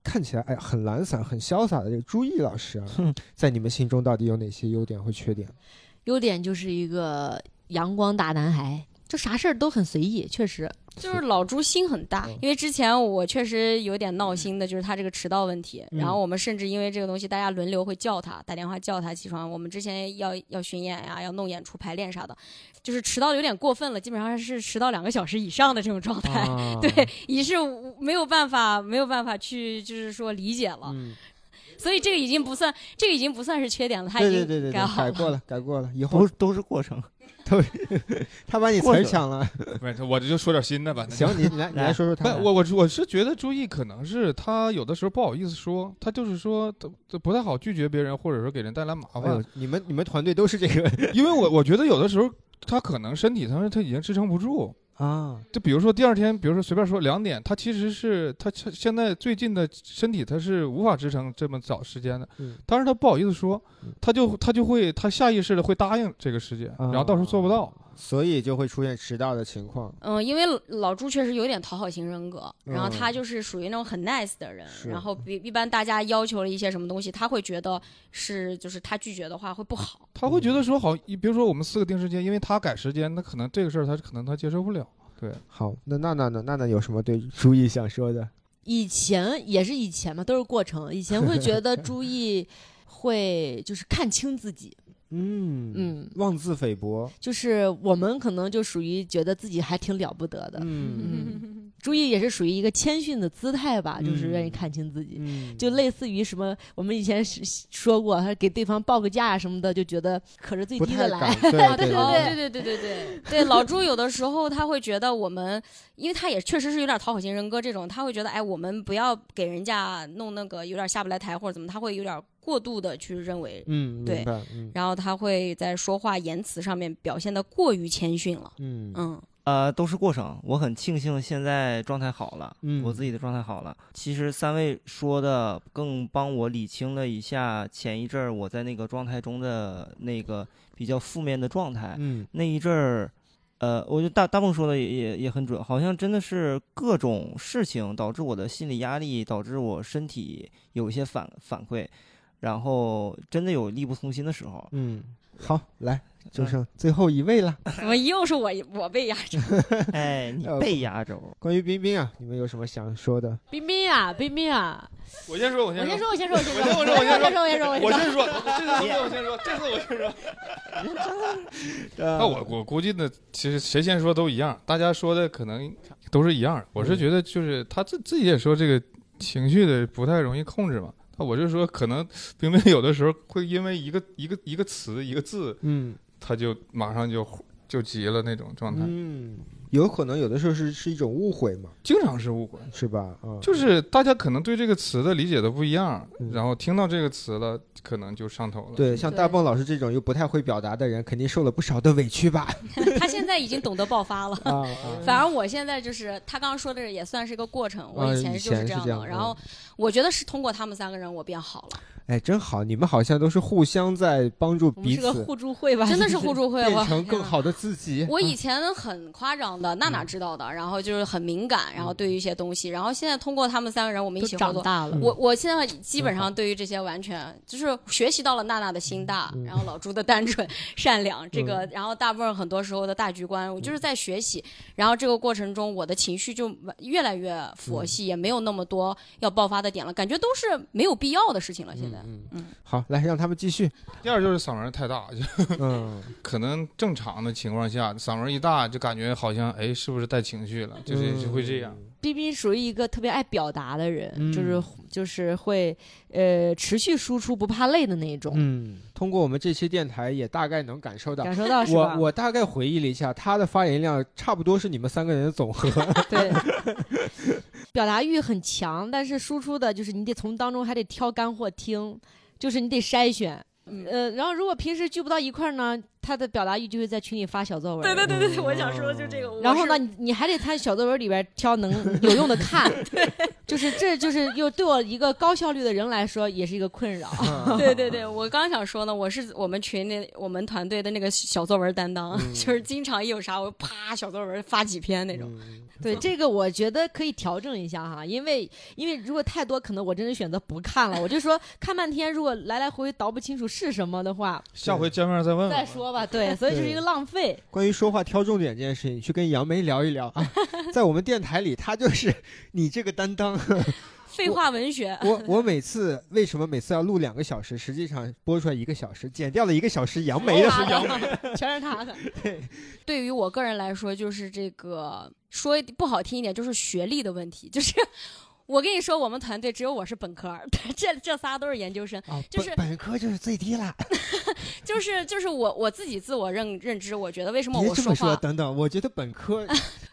Speaker 2: 看起来哎很懒散、很潇洒的这个朱毅老师啊，在你们心中到底有哪些优点和缺点？
Speaker 7: 优点就是一个阳光大男孩，就啥事儿都很随意，确实。
Speaker 4: 就是老朱心很大，
Speaker 2: 嗯
Speaker 4: 因为之前我确实有点闹心的，就是他这个迟到问题。
Speaker 2: 嗯
Speaker 4: 然后我们甚至因为这个东西，大家轮流会叫他，打电话叫他起床。我们之前要要巡演呀、要弄演出、排练啥的，就是迟到有点过分了，基本上是迟到两个小时以上的这种状态，
Speaker 2: 啊
Speaker 4: 对， 已是没有办法没有办法去就是说理解了。
Speaker 2: 嗯，
Speaker 4: 所以这个已经不算，这个已经不算是缺点了，他
Speaker 2: 对
Speaker 4: 已
Speaker 2: 对
Speaker 4: 经
Speaker 2: 对对
Speaker 4: 改
Speaker 2: 对，
Speaker 4: 好
Speaker 2: 改
Speaker 4: 了。
Speaker 2: 过了，改过了，以后
Speaker 5: 都都是过程。
Speaker 2: 他把你词
Speaker 5: 过
Speaker 2: 儿
Speaker 5: 去了
Speaker 2: 抢了，
Speaker 6: 不是，我这就说点新的吧。那
Speaker 2: 行，
Speaker 6: 就
Speaker 2: 啊你 你来你来说说
Speaker 6: 不
Speaker 2: 他吧，，
Speaker 6: 我我我是觉得朱毅可能是他有的时候不好意思说，他就是说他他不太好拒绝别人，或者说给人带来麻
Speaker 2: 哎
Speaker 6: 烦
Speaker 2: 呦。，你们你们团队都是这个
Speaker 6: 因为我我觉得有的时候他可能身体上他已经支撑不住。
Speaker 2: 啊，
Speaker 6: 就比如说第二天，比如说随便说两点，他其实是他现现在最近的身体他是无法支撑这么早时间的
Speaker 2: 嗯，
Speaker 6: 但是他不好意思说
Speaker 2: 嗯，啊
Speaker 6: 他就他就会他下意识的会答应这个时间，然后到时候做不到。
Speaker 2: 所以就会出现迟到的情况。
Speaker 4: 嗯，因为老老朱确实有点讨好型人格，然后他
Speaker 2: 嗯
Speaker 4: 就是属于那种很 nice 的人，
Speaker 2: 是
Speaker 4: 然后比一般大家要求了一些什么东西，他会觉得是就是他拒绝的话会不好。
Speaker 6: 他会觉
Speaker 2: 嗯
Speaker 6: 得说好，比如说我们四个定时间，因为他改时间，那可能这个事儿他可能他接受不了。对，
Speaker 2: 好，那娜娜呢？娜娜有什么对朱毅想说的？
Speaker 7: 以前也是以前嘛，都是过程。以前会觉得朱毅会就是看清自己，
Speaker 2: 嗯
Speaker 7: 嗯，
Speaker 2: 妄自菲薄。
Speaker 7: 就是我们可能就属于觉得自己还挺了不得的。
Speaker 2: 嗯
Speaker 7: 嗯，朱毅也是属于一个谦逊的姿态吧，就是愿意
Speaker 2: 嗯
Speaker 7: 看清自己，
Speaker 2: 嗯，
Speaker 7: 就类似于什么我们以前是说过，他给对方报个价什么的，就觉得可着最
Speaker 2: 不
Speaker 7: 低
Speaker 2: 太
Speaker 7: 的
Speaker 2: 敢
Speaker 7: 来。，
Speaker 2: 对对
Speaker 4: 对
Speaker 2: 对
Speaker 4: 对对对对对哦对，老朱有的时候他会觉得我们，因为他也确实是有点讨好型人格这种，他会觉得哎，我们不要给人家弄那个有点下不来台或者怎么，他会有点过度的去认为，
Speaker 2: 嗯，明
Speaker 4: 对
Speaker 2: 白，嗯
Speaker 4: 然后他会在说话言辞上面表现的过于谦逊了。
Speaker 2: 嗯，
Speaker 4: 嗯，
Speaker 5: 呃，都是过程。我很庆幸现在状态好了，
Speaker 2: 嗯
Speaker 5: 我自己的状态好了。其实三位说的更帮我理清了一下前一阵儿我在那个状态中的那个比较负面的状态。
Speaker 2: 嗯
Speaker 5: 那一阵儿，呃，我觉得大大梦说的也也也很准，好像真的是各种事情导致我的心理压力，导致我身体有一些反反馈，然后真的有力不从心的时候。
Speaker 2: 嗯，好，来，就剩最后一位了。
Speaker 4: 怎么又是我我被压着？
Speaker 5: 哎，你
Speaker 2: 呃
Speaker 5: 被压着，哦
Speaker 2: 关于冰冰啊，你们有什么想说的？
Speaker 7: 冰冰啊，冰冰啊，
Speaker 6: 我先说，我
Speaker 7: 我
Speaker 6: 先
Speaker 7: 先，说，我先说，我先说，
Speaker 6: 我
Speaker 7: 我
Speaker 6: 先说我先说
Speaker 7: 先说，我先说，我
Speaker 6: 我
Speaker 7: 先
Speaker 6: 先说，这次不是我先说，这次我先 说。那我我估计呢，其实谁先说都一样，大家说的可能都是一样的。我
Speaker 2: 嗯
Speaker 6: 是觉得就是他自自己也说这个情绪的不太容易控制嘛。那我就说，可能冰冰有的时候会因为一个一个一个词一个字，
Speaker 2: 嗯
Speaker 6: 他就马上就就急了那种状态，
Speaker 2: 嗯，有可能有的时候是是一种误会嘛，
Speaker 6: 经常是误会。
Speaker 2: 是吧？啊，
Speaker 6: 就是大家可能对这个词的理解都不一样，
Speaker 2: 嗯
Speaker 6: 然后听到这个词了，可能就上头了。
Speaker 2: 对，像大
Speaker 4: 对
Speaker 2: 蹦老师这种又不太会表达的人，肯定受了不少的委屈吧？
Speaker 4: 他现在已经懂得爆发了。
Speaker 2: 啊，
Speaker 4: 反而我现在就是他刚刚说的，也算是一个过程。我
Speaker 2: 啊
Speaker 4: 以前
Speaker 2: 以
Speaker 4: 就是
Speaker 2: 前
Speaker 4: 这
Speaker 2: 是
Speaker 4: 样
Speaker 2: 这
Speaker 4: 的，
Speaker 2: 样
Speaker 4: 然
Speaker 2: 嗯
Speaker 4: 后我觉得是通过他们三个人，我变好了，
Speaker 2: 哎，真好，你们好像都是互相在帮助
Speaker 9: 我们
Speaker 2: 彼
Speaker 9: 是个
Speaker 2: 此，
Speaker 9: 互助会吧？
Speaker 4: 真的是互助会。
Speaker 2: 变
Speaker 4: 我
Speaker 2: 成更好的自己。
Speaker 4: 我以前很夸张的，那哪知道的？然后就是很敏感，然后对于一些东西，然后现在通过他们三个人，我们一
Speaker 7: 说，
Speaker 4: 起
Speaker 7: 都
Speaker 4: 合
Speaker 7: 长
Speaker 4: 作。
Speaker 7: 大了，
Speaker 4: 我我现在基本
Speaker 2: 真好
Speaker 4: 上对于这些完全就是学习到了娜娜的心大，
Speaker 2: 嗯
Speaker 4: 然后老朱的单纯 善良，这个、然后大蹦很多时候的大局观，我就是在学习，然后这个过程中我的情绪就越来越佛系，也没有那么多要爆发的点了，感觉都是没有必要的事情了。现在、
Speaker 2: 嗯嗯
Speaker 4: 嗯，
Speaker 2: 好，来让他们继 续。
Speaker 6: 第二就是嗓门太大，就
Speaker 2: 嗯，
Speaker 6: 可能正常的情况下，嗓门一大就感觉好像哎，是不是带情绪了？就是就会这样。
Speaker 7: 冰冰属于一个特别爱表达的人，
Speaker 2: 嗯
Speaker 7: 就是就是会呃持续输出不怕累的那种，
Speaker 2: 嗯，通过我们这期电台也大概能感受到。
Speaker 7: 感受到是吧
Speaker 2: 我？我大概回忆了一下，他的发言量差不多是你们三个人的总和。
Speaker 7: 对，表达欲很强，但是输出的就是你得从当中还得挑干货听，就是你得筛选。
Speaker 4: 嗯
Speaker 7: 呃，然后如果平时聚不到一块儿呢，他的表达欲就会在群里发小作文。
Speaker 4: 对对对对对，我想说的就这个。
Speaker 7: 然后呢，？你你还得看小作文里边挑能有用的 看，就是这就是又对我一个高效率的人来说也是一个困扰。
Speaker 4: 对对对，我刚想说呢，我是我们群里我们团队的那个小作文担当，就是经常一有啥我啪小作文发几篇那种。
Speaker 2: 嗯
Speaker 7: 对这个，我觉得可以调整一下哈，因为因为如果太多，可能我真的选择不看了。我就说看半天，如果来来回回倒不清楚是什么的话，
Speaker 6: 下回见面再问
Speaker 7: 再
Speaker 6: 问。
Speaker 7: 说吧。对，所以就是一个浪费。
Speaker 2: 关于说话挑重点这件事情，你去跟杨梅聊一聊啊，在我们电台里，他就是你这个担当。
Speaker 4: 废话文学，
Speaker 2: 我我每次为什么每次要录两个小时，实际上播出来一个小时，减掉了一个小时杨梅的时间。
Speaker 7: 全是他的。
Speaker 4: 对于我个人来说，就是这个说不好听一点，就是学历的问题。就是 我跟你说，我们团队只有我是本科儿， 这这仨都是研究生。
Speaker 2: 啊，
Speaker 4: 就是
Speaker 2: 本本科就是最低啦。
Speaker 4: 就是就是我我自己自我认认知，我觉得为什么
Speaker 2: 别
Speaker 4: 我
Speaker 2: 这么
Speaker 4: 话
Speaker 2: 说，等等，我觉得本科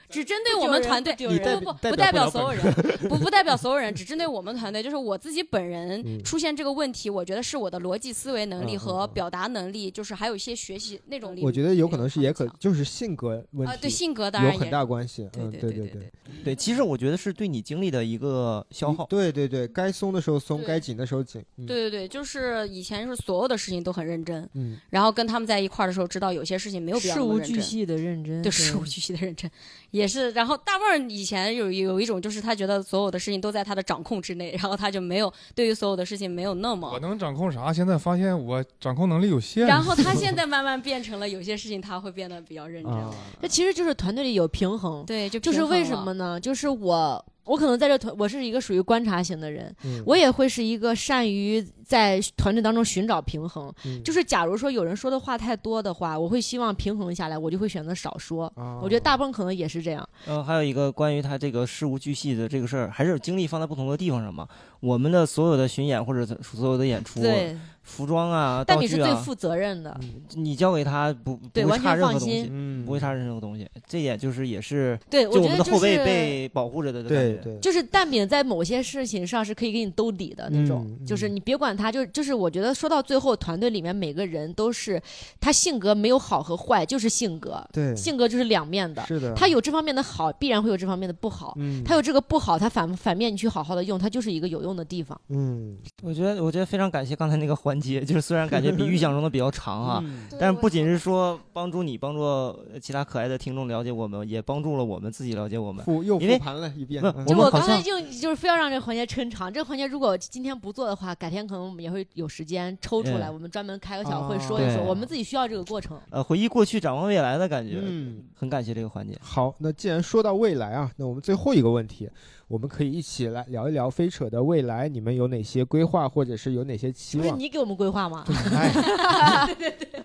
Speaker 4: 只针对我们团队，
Speaker 7: 不丢人
Speaker 4: 不不不
Speaker 2: 不丢人你代
Speaker 4: 代
Speaker 2: 表
Speaker 4: 表
Speaker 2: 不
Speaker 4: 所
Speaker 2: 了
Speaker 4: 有人，不不代表所有人，只针对我们团队。就是我自己本
Speaker 2: 嗯
Speaker 4: 人出现这个问题，我觉得是我的逻辑思维能
Speaker 2: 嗯
Speaker 4: 力
Speaker 2: 嗯
Speaker 4: 和
Speaker 2: 嗯
Speaker 4: 表达能力，就是还有一些学习那种力。
Speaker 2: 我觉得有可能是也可
Speaker 4: 啊、
Speaker 2: 就是性格问题，
Speaker 4: 对性格当然
Speaker 2: 有很
Speaker 4: 也
Speaker 2: 大关系。
Speaker 4: 对
Speaker 2: 嗯，
Speaker 4: 对
Speaker 2: 对
Speaker 4: 对
Speaker 2: 对
Speaker 4: 对。
Speaker 5: 对，其实我觉得是对你精力的一个消耗。
Speaker 2: 对对对，该松的时候松，
Speaker 4: 对
Speaker 2: 该紧的时候紧。嗯，
Speaker 4: 对对对，就是以前是所有的事情都很认真，
Speaker 2: 嗯，
Speaker 4: 然后跟他们在一块儿的时候，知道有些事情没有必要
Speaker 7: 事
Speaker 4: 那么
Speaker 7: 无
Speaker 4: 认
Speaker 7: 巨
Speaker 4: 真。
Speaker 7: 细的认真，
Speaker 4: 对事无巨细的认真，也是。然后大妹儿以前有有一种，就是她觉得所有的事情都在她的掌控之内，然后她就没有对于所有的事情没有那
Speaker 6: 我
Speaker 4: 么。
Speaker 6: 能掌控啥？现在发现我掌控能力有限。
Speaker 4: 然后她现在慢慢变成了有些事情她会变得比较认真。
Speaker 2: 啊，
Speaker 7: 这其实就是团队里有平衡。
Speaker 4: 对，就
Speaker 7: 哦就是
Speaker 4: 平衡
Speaker 7: 为什
Speaker 4: 了
Speaker 7: 么呢？就是我，我可能在这团，我是一个属于观察型的人，
Speaker 2: 嗯
Speaker 7: 我也会是一个善于在团队当中寻找平衡。
Speaker 2: 嗯
Speaker 7: 就是假如说有人说的话太多的话，我会希望平衡下来，我就会选择少说。
Speaker 2: 啊
Speaker 7: 我觉得大蹦可能也是这样，
Speaker 5: 呃，还有一个关于他这个事无巨细的这个事儿，还是有精力放在不同的地方上嘛。我们的所有的巡演或者所有的演出，
Speaker 7: 对。
Speaker 5: 服装啊、
Speaker 7: 但
Speaker 5: 哦道
Speaker 7: 你是
Speaker 5: 具
Speaker 7: 最
Speaker 5: 啊，
Speaker 7: 负责任的，
Speaker 5: 你交给他不不
Speaker 7: 对
Speaker 5: 会
Speaker 7: 完
Speaker 5: 差
Speaker 7: 全
Speaker 5: 任
Speaker 7: 放
Speaker 5: 何东
Speaker 7: 心
Speaker 5: 西，
Speaker 2: 嗯
Speaker 5: 不会差任何东西。这点就是也是
Speaker 7: 对
Speaker 5: 就
Speaker 7: 我
Speaker 5: 我
Speaker 7: 觉
Speaker 5: 们
Speaker 7: 得
Speaker 5: 的
Speaker 7: 就
Speaker 5: 后背
Speaker 7: 是。
Speaker 5: 被保护着的感
Speaker 2: 对
Speaker 5: 觉。
Speaker 2: 对，
Speaker 7: 就是蛋饼在某些事情上是可以给你兜底的那种，
Speaker 2: 嗯嗯
Speaker 7: 就是你别管他，就就是我觉得说到最后，团队里面每个人都是他性格没有好和坏，就是性格，
Speaker 2: 对，
Speaker 7: 性格就是两面的，
Speaker 2: 是的，
Speaker 7: 他有这方面的好，必然会有这方面的不好。
Speaker 2: 嗯，
Speaker 7: 他有这个不好，他反反面你去好好的用，它就是一个有用的地方。
Speaker 2: 嗯
Speaker 5: 我觉得，我觉得非常感谢刚才那个环节， 就是虽然感觉比预想中的比较长啊，
Speaker 2: 嗯
Speaker 5: 但是不仅是说帮助你，帮助呃其他可爱的听众了解我们，也帮助了我们自己了解我们。
Speaker 2: 复又
Speaker 5: 因为
Speaker 2: 复盘了一遍
Speaker 5: 不，
Speaker 2: 嗯
Speaker 5: 我
Speaker 7: 就我
Speaker 5: 们好
Speaker 7: 刚才
Speaker 5: 像
Speaker 7: 就就是非要让这个环节抻长，这个环节如果今天不做的话，改天可能我们也会有时间抽出来，
Speaker 5: 嗯
Speaker 7: 我们专门开个小会
Speaker 2: 哦
Speaker 7: 说一说，
Speaker 5: 对
Speaker 7: 我们自己需要这个过程。
Speaker 5: 呃，回忆过去，展望未来的感觉，
Speaker 2: 嗯。
Speaker 5: 很感谢这个环节。
Speaker 2: 好，那既然说到未来啊，那我们最后一个问题，我们可以一起来聊一聊飞扯的未来，你们有哪些规划，或者是有哪些期
Speaker 7: 不是
Speaker 2: 望？
Speaker 7: 你给我们规 划吗？
Speaker 2: 哎，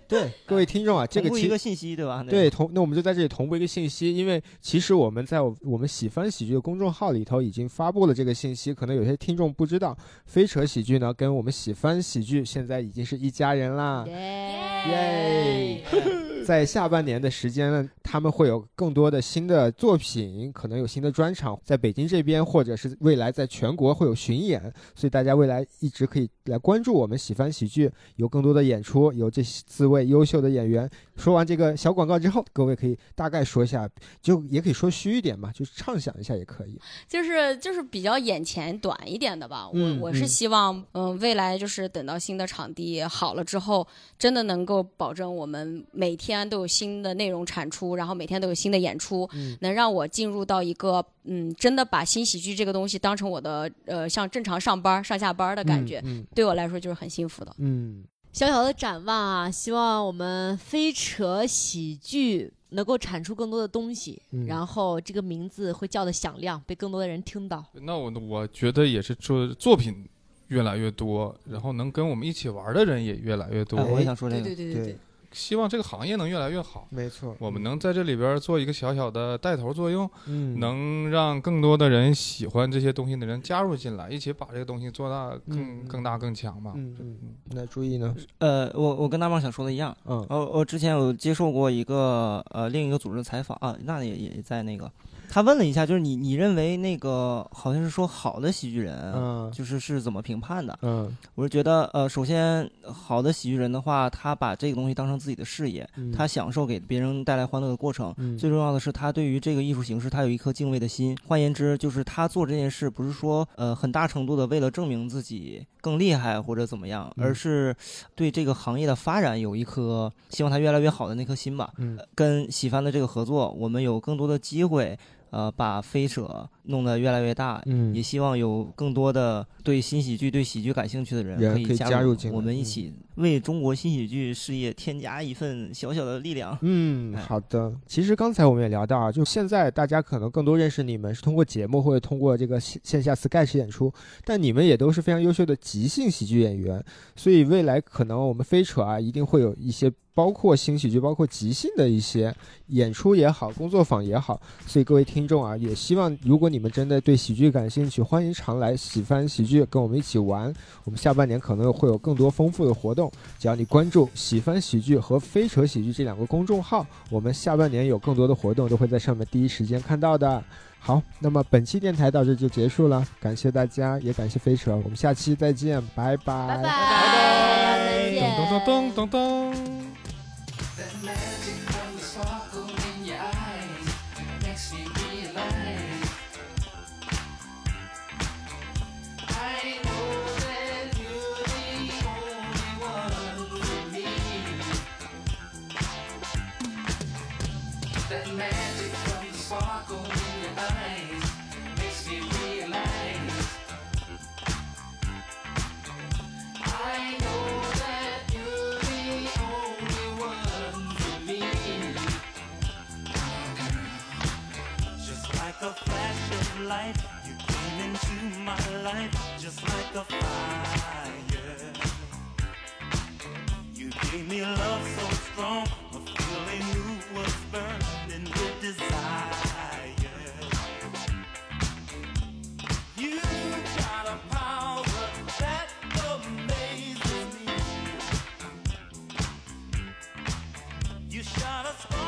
Speaker 2: 对各位听众啊，这个
Speaker 5: 同步一
Speaker 2: 其
Speaker 5: 个信息，对吧？那
Speaker 2: 对，同，那我们就在这里同步一个信息，因为其实我们在我我们喜欢喜剧的公众号里头已经发布了这个信息，可能有些听众不知道，飞扯喜剧呢跟我们喜欢喜剧现在已经是一家人啦。耶！ 在下半年的时间呢，他们会有更多的新的作品，可能有新的专场，在北京这边，或者是未来在全国会有巡演，所以大家未来一直可以来关注我们喜翻喜剧，有更多的演出，有这四位优秀的演员。说完这个小广告之后，各位可以大概说一下，就也可以说虚一点嘛，就是畅想一下也可以。
Speaker 4: 就是就是比较眼前短一点的吧。我、
Speaker 2: 嗯
Speaker 4: 我是
Speaker 2: 嗯
Speaker 4: 希望，嗯、未来就是等到新的场地好了之后，真的能够保证我们每天都有新的内容产出，然后每天都有新的演出，
Speaker 2: 嗯
Speaker 4: 能让我进入到一个嗯，真的把新喜剧这个东西当成我的呃，像正常上班上下班的感觉，
Speaker 2: 嗯
Speaker 4: 对我来说就是很幸福的。
Speaker 2: 嗯
Speaker 7: 小小的展望啊，希望我们飞扯喜剧能够产出更多的东西，
Speaker 2: 嗯
Speaker 7: 然后这个名字会叫的响亮，被更多的人听到。
Speaker 6: 那我我觉得也是做作品越来越多，然后能跟我们一起玩的人也越来越多。
Speaker 5: 哎我也想说这
Speaker 10: 对
Speaker 5: 个，
Speaker 10: 对对
Speaker 2: 对
Speaker 10: 对，
Speaker 6: 希望这个行业能越来越好，
Speaker 2: 没错，
Speaker 6: 我们能在这里边做一个小小的带头作用，
Speaker 2: 嗯
Speaker 6: 能让更多的人喜欢这些东西的人加入进来，一起把这个东西做大更、
Speaker 2: 嗯
Speaker 6: 更大更强嘛。
Speaker 2: 嗯嗯，那注意呢，
Speaker 5: 呃，我我跟大胖想说的一样，
Speaker 2: 嗯
Speaker 5: 我我之前有接受过一个呃另一个组织的采访啊，那也也在那个，他问了一下，就是你你认为那个好像是说好的喜剧人，
Speaker 2: 嗯
Speaker 5: 就是是怎么评判的？
Speaker 2: 嗯，
Speaker 5: 我是觉得呃，首先好的喜剧人的话，他把这个东西当成自己的事业，
Speaker 2: 嗯
Speaker 5: 他享受给别人带来欢乐的过程。
Speaker 2: 嗯
Speaker 5: 最重要的是，他对于这个艺术形式，他有一颗敬畏的心。换言之，就是他做这件事，不是说呃很大程度的为了证明自己更厉害或者怎么样，
Speaker 2: 嗯
Speaker 5: 而是对这个行业的发展有一颗希望它越来越好的那颗心吧。
Speaker 2: 嗯
Speaker 5: 呃跟喜帆的这个合作，我们有更多的机会，呃，把飞舍弄得越来越大，也
Speaker 2: 嗯
Speaker 5: 希望有更多的对新喜剧、对喜剧感兴趣的人
Speaker 2: 人
Speaker 5: 可
Speaker 2: 可以
Speaker 5: 以
Speaker 2: 加入
Speaker 5: 入
Speaker 2: 进来
Speaker 5: 我们一
Speaker 2: 嗯
Speaker 5: 起为中国新喜剧事业添加一份小小的力量。
Speaker 2: 嗯，
Speaker 5: 哎
Speaker 2: 好的。其实刚才我们也聊到啊，就现在大家可能更多认识你们是通过节目或者通过这个线线下 sketch 演出，但你们也都是非常优秀的即兴喜剧演员，所以未来可能我们飞扯啊一定会有一些包括新喜剧、包括即兴的一些演出也好，工作坊也好。所以各位听众啊，也希望如果你们真的对喜剧感兴趣，欢迎常来喜翻喜剧跟我们一起玩。我们下半年可能会有更多丰富的活动。只要你关注“喜翻喜剧”和“飞扯喜剧”这两个公众号，我们下半年有更多的活动都会在上面第一时间看到的。好，那么本期电台到这就结束了，感谢大家，也感谢飞扯，我们下期再见，拜拜，拜
Speaker 7: 拜拜，再见。
Speaker 6: 噔噔噔噔噔噔。
Speaker 11: Just like a flash of light, you came into my life, just like a fire. You gave me love so strong, a feeling new was burning with desire. You got a power that amazes me. You shot a spark.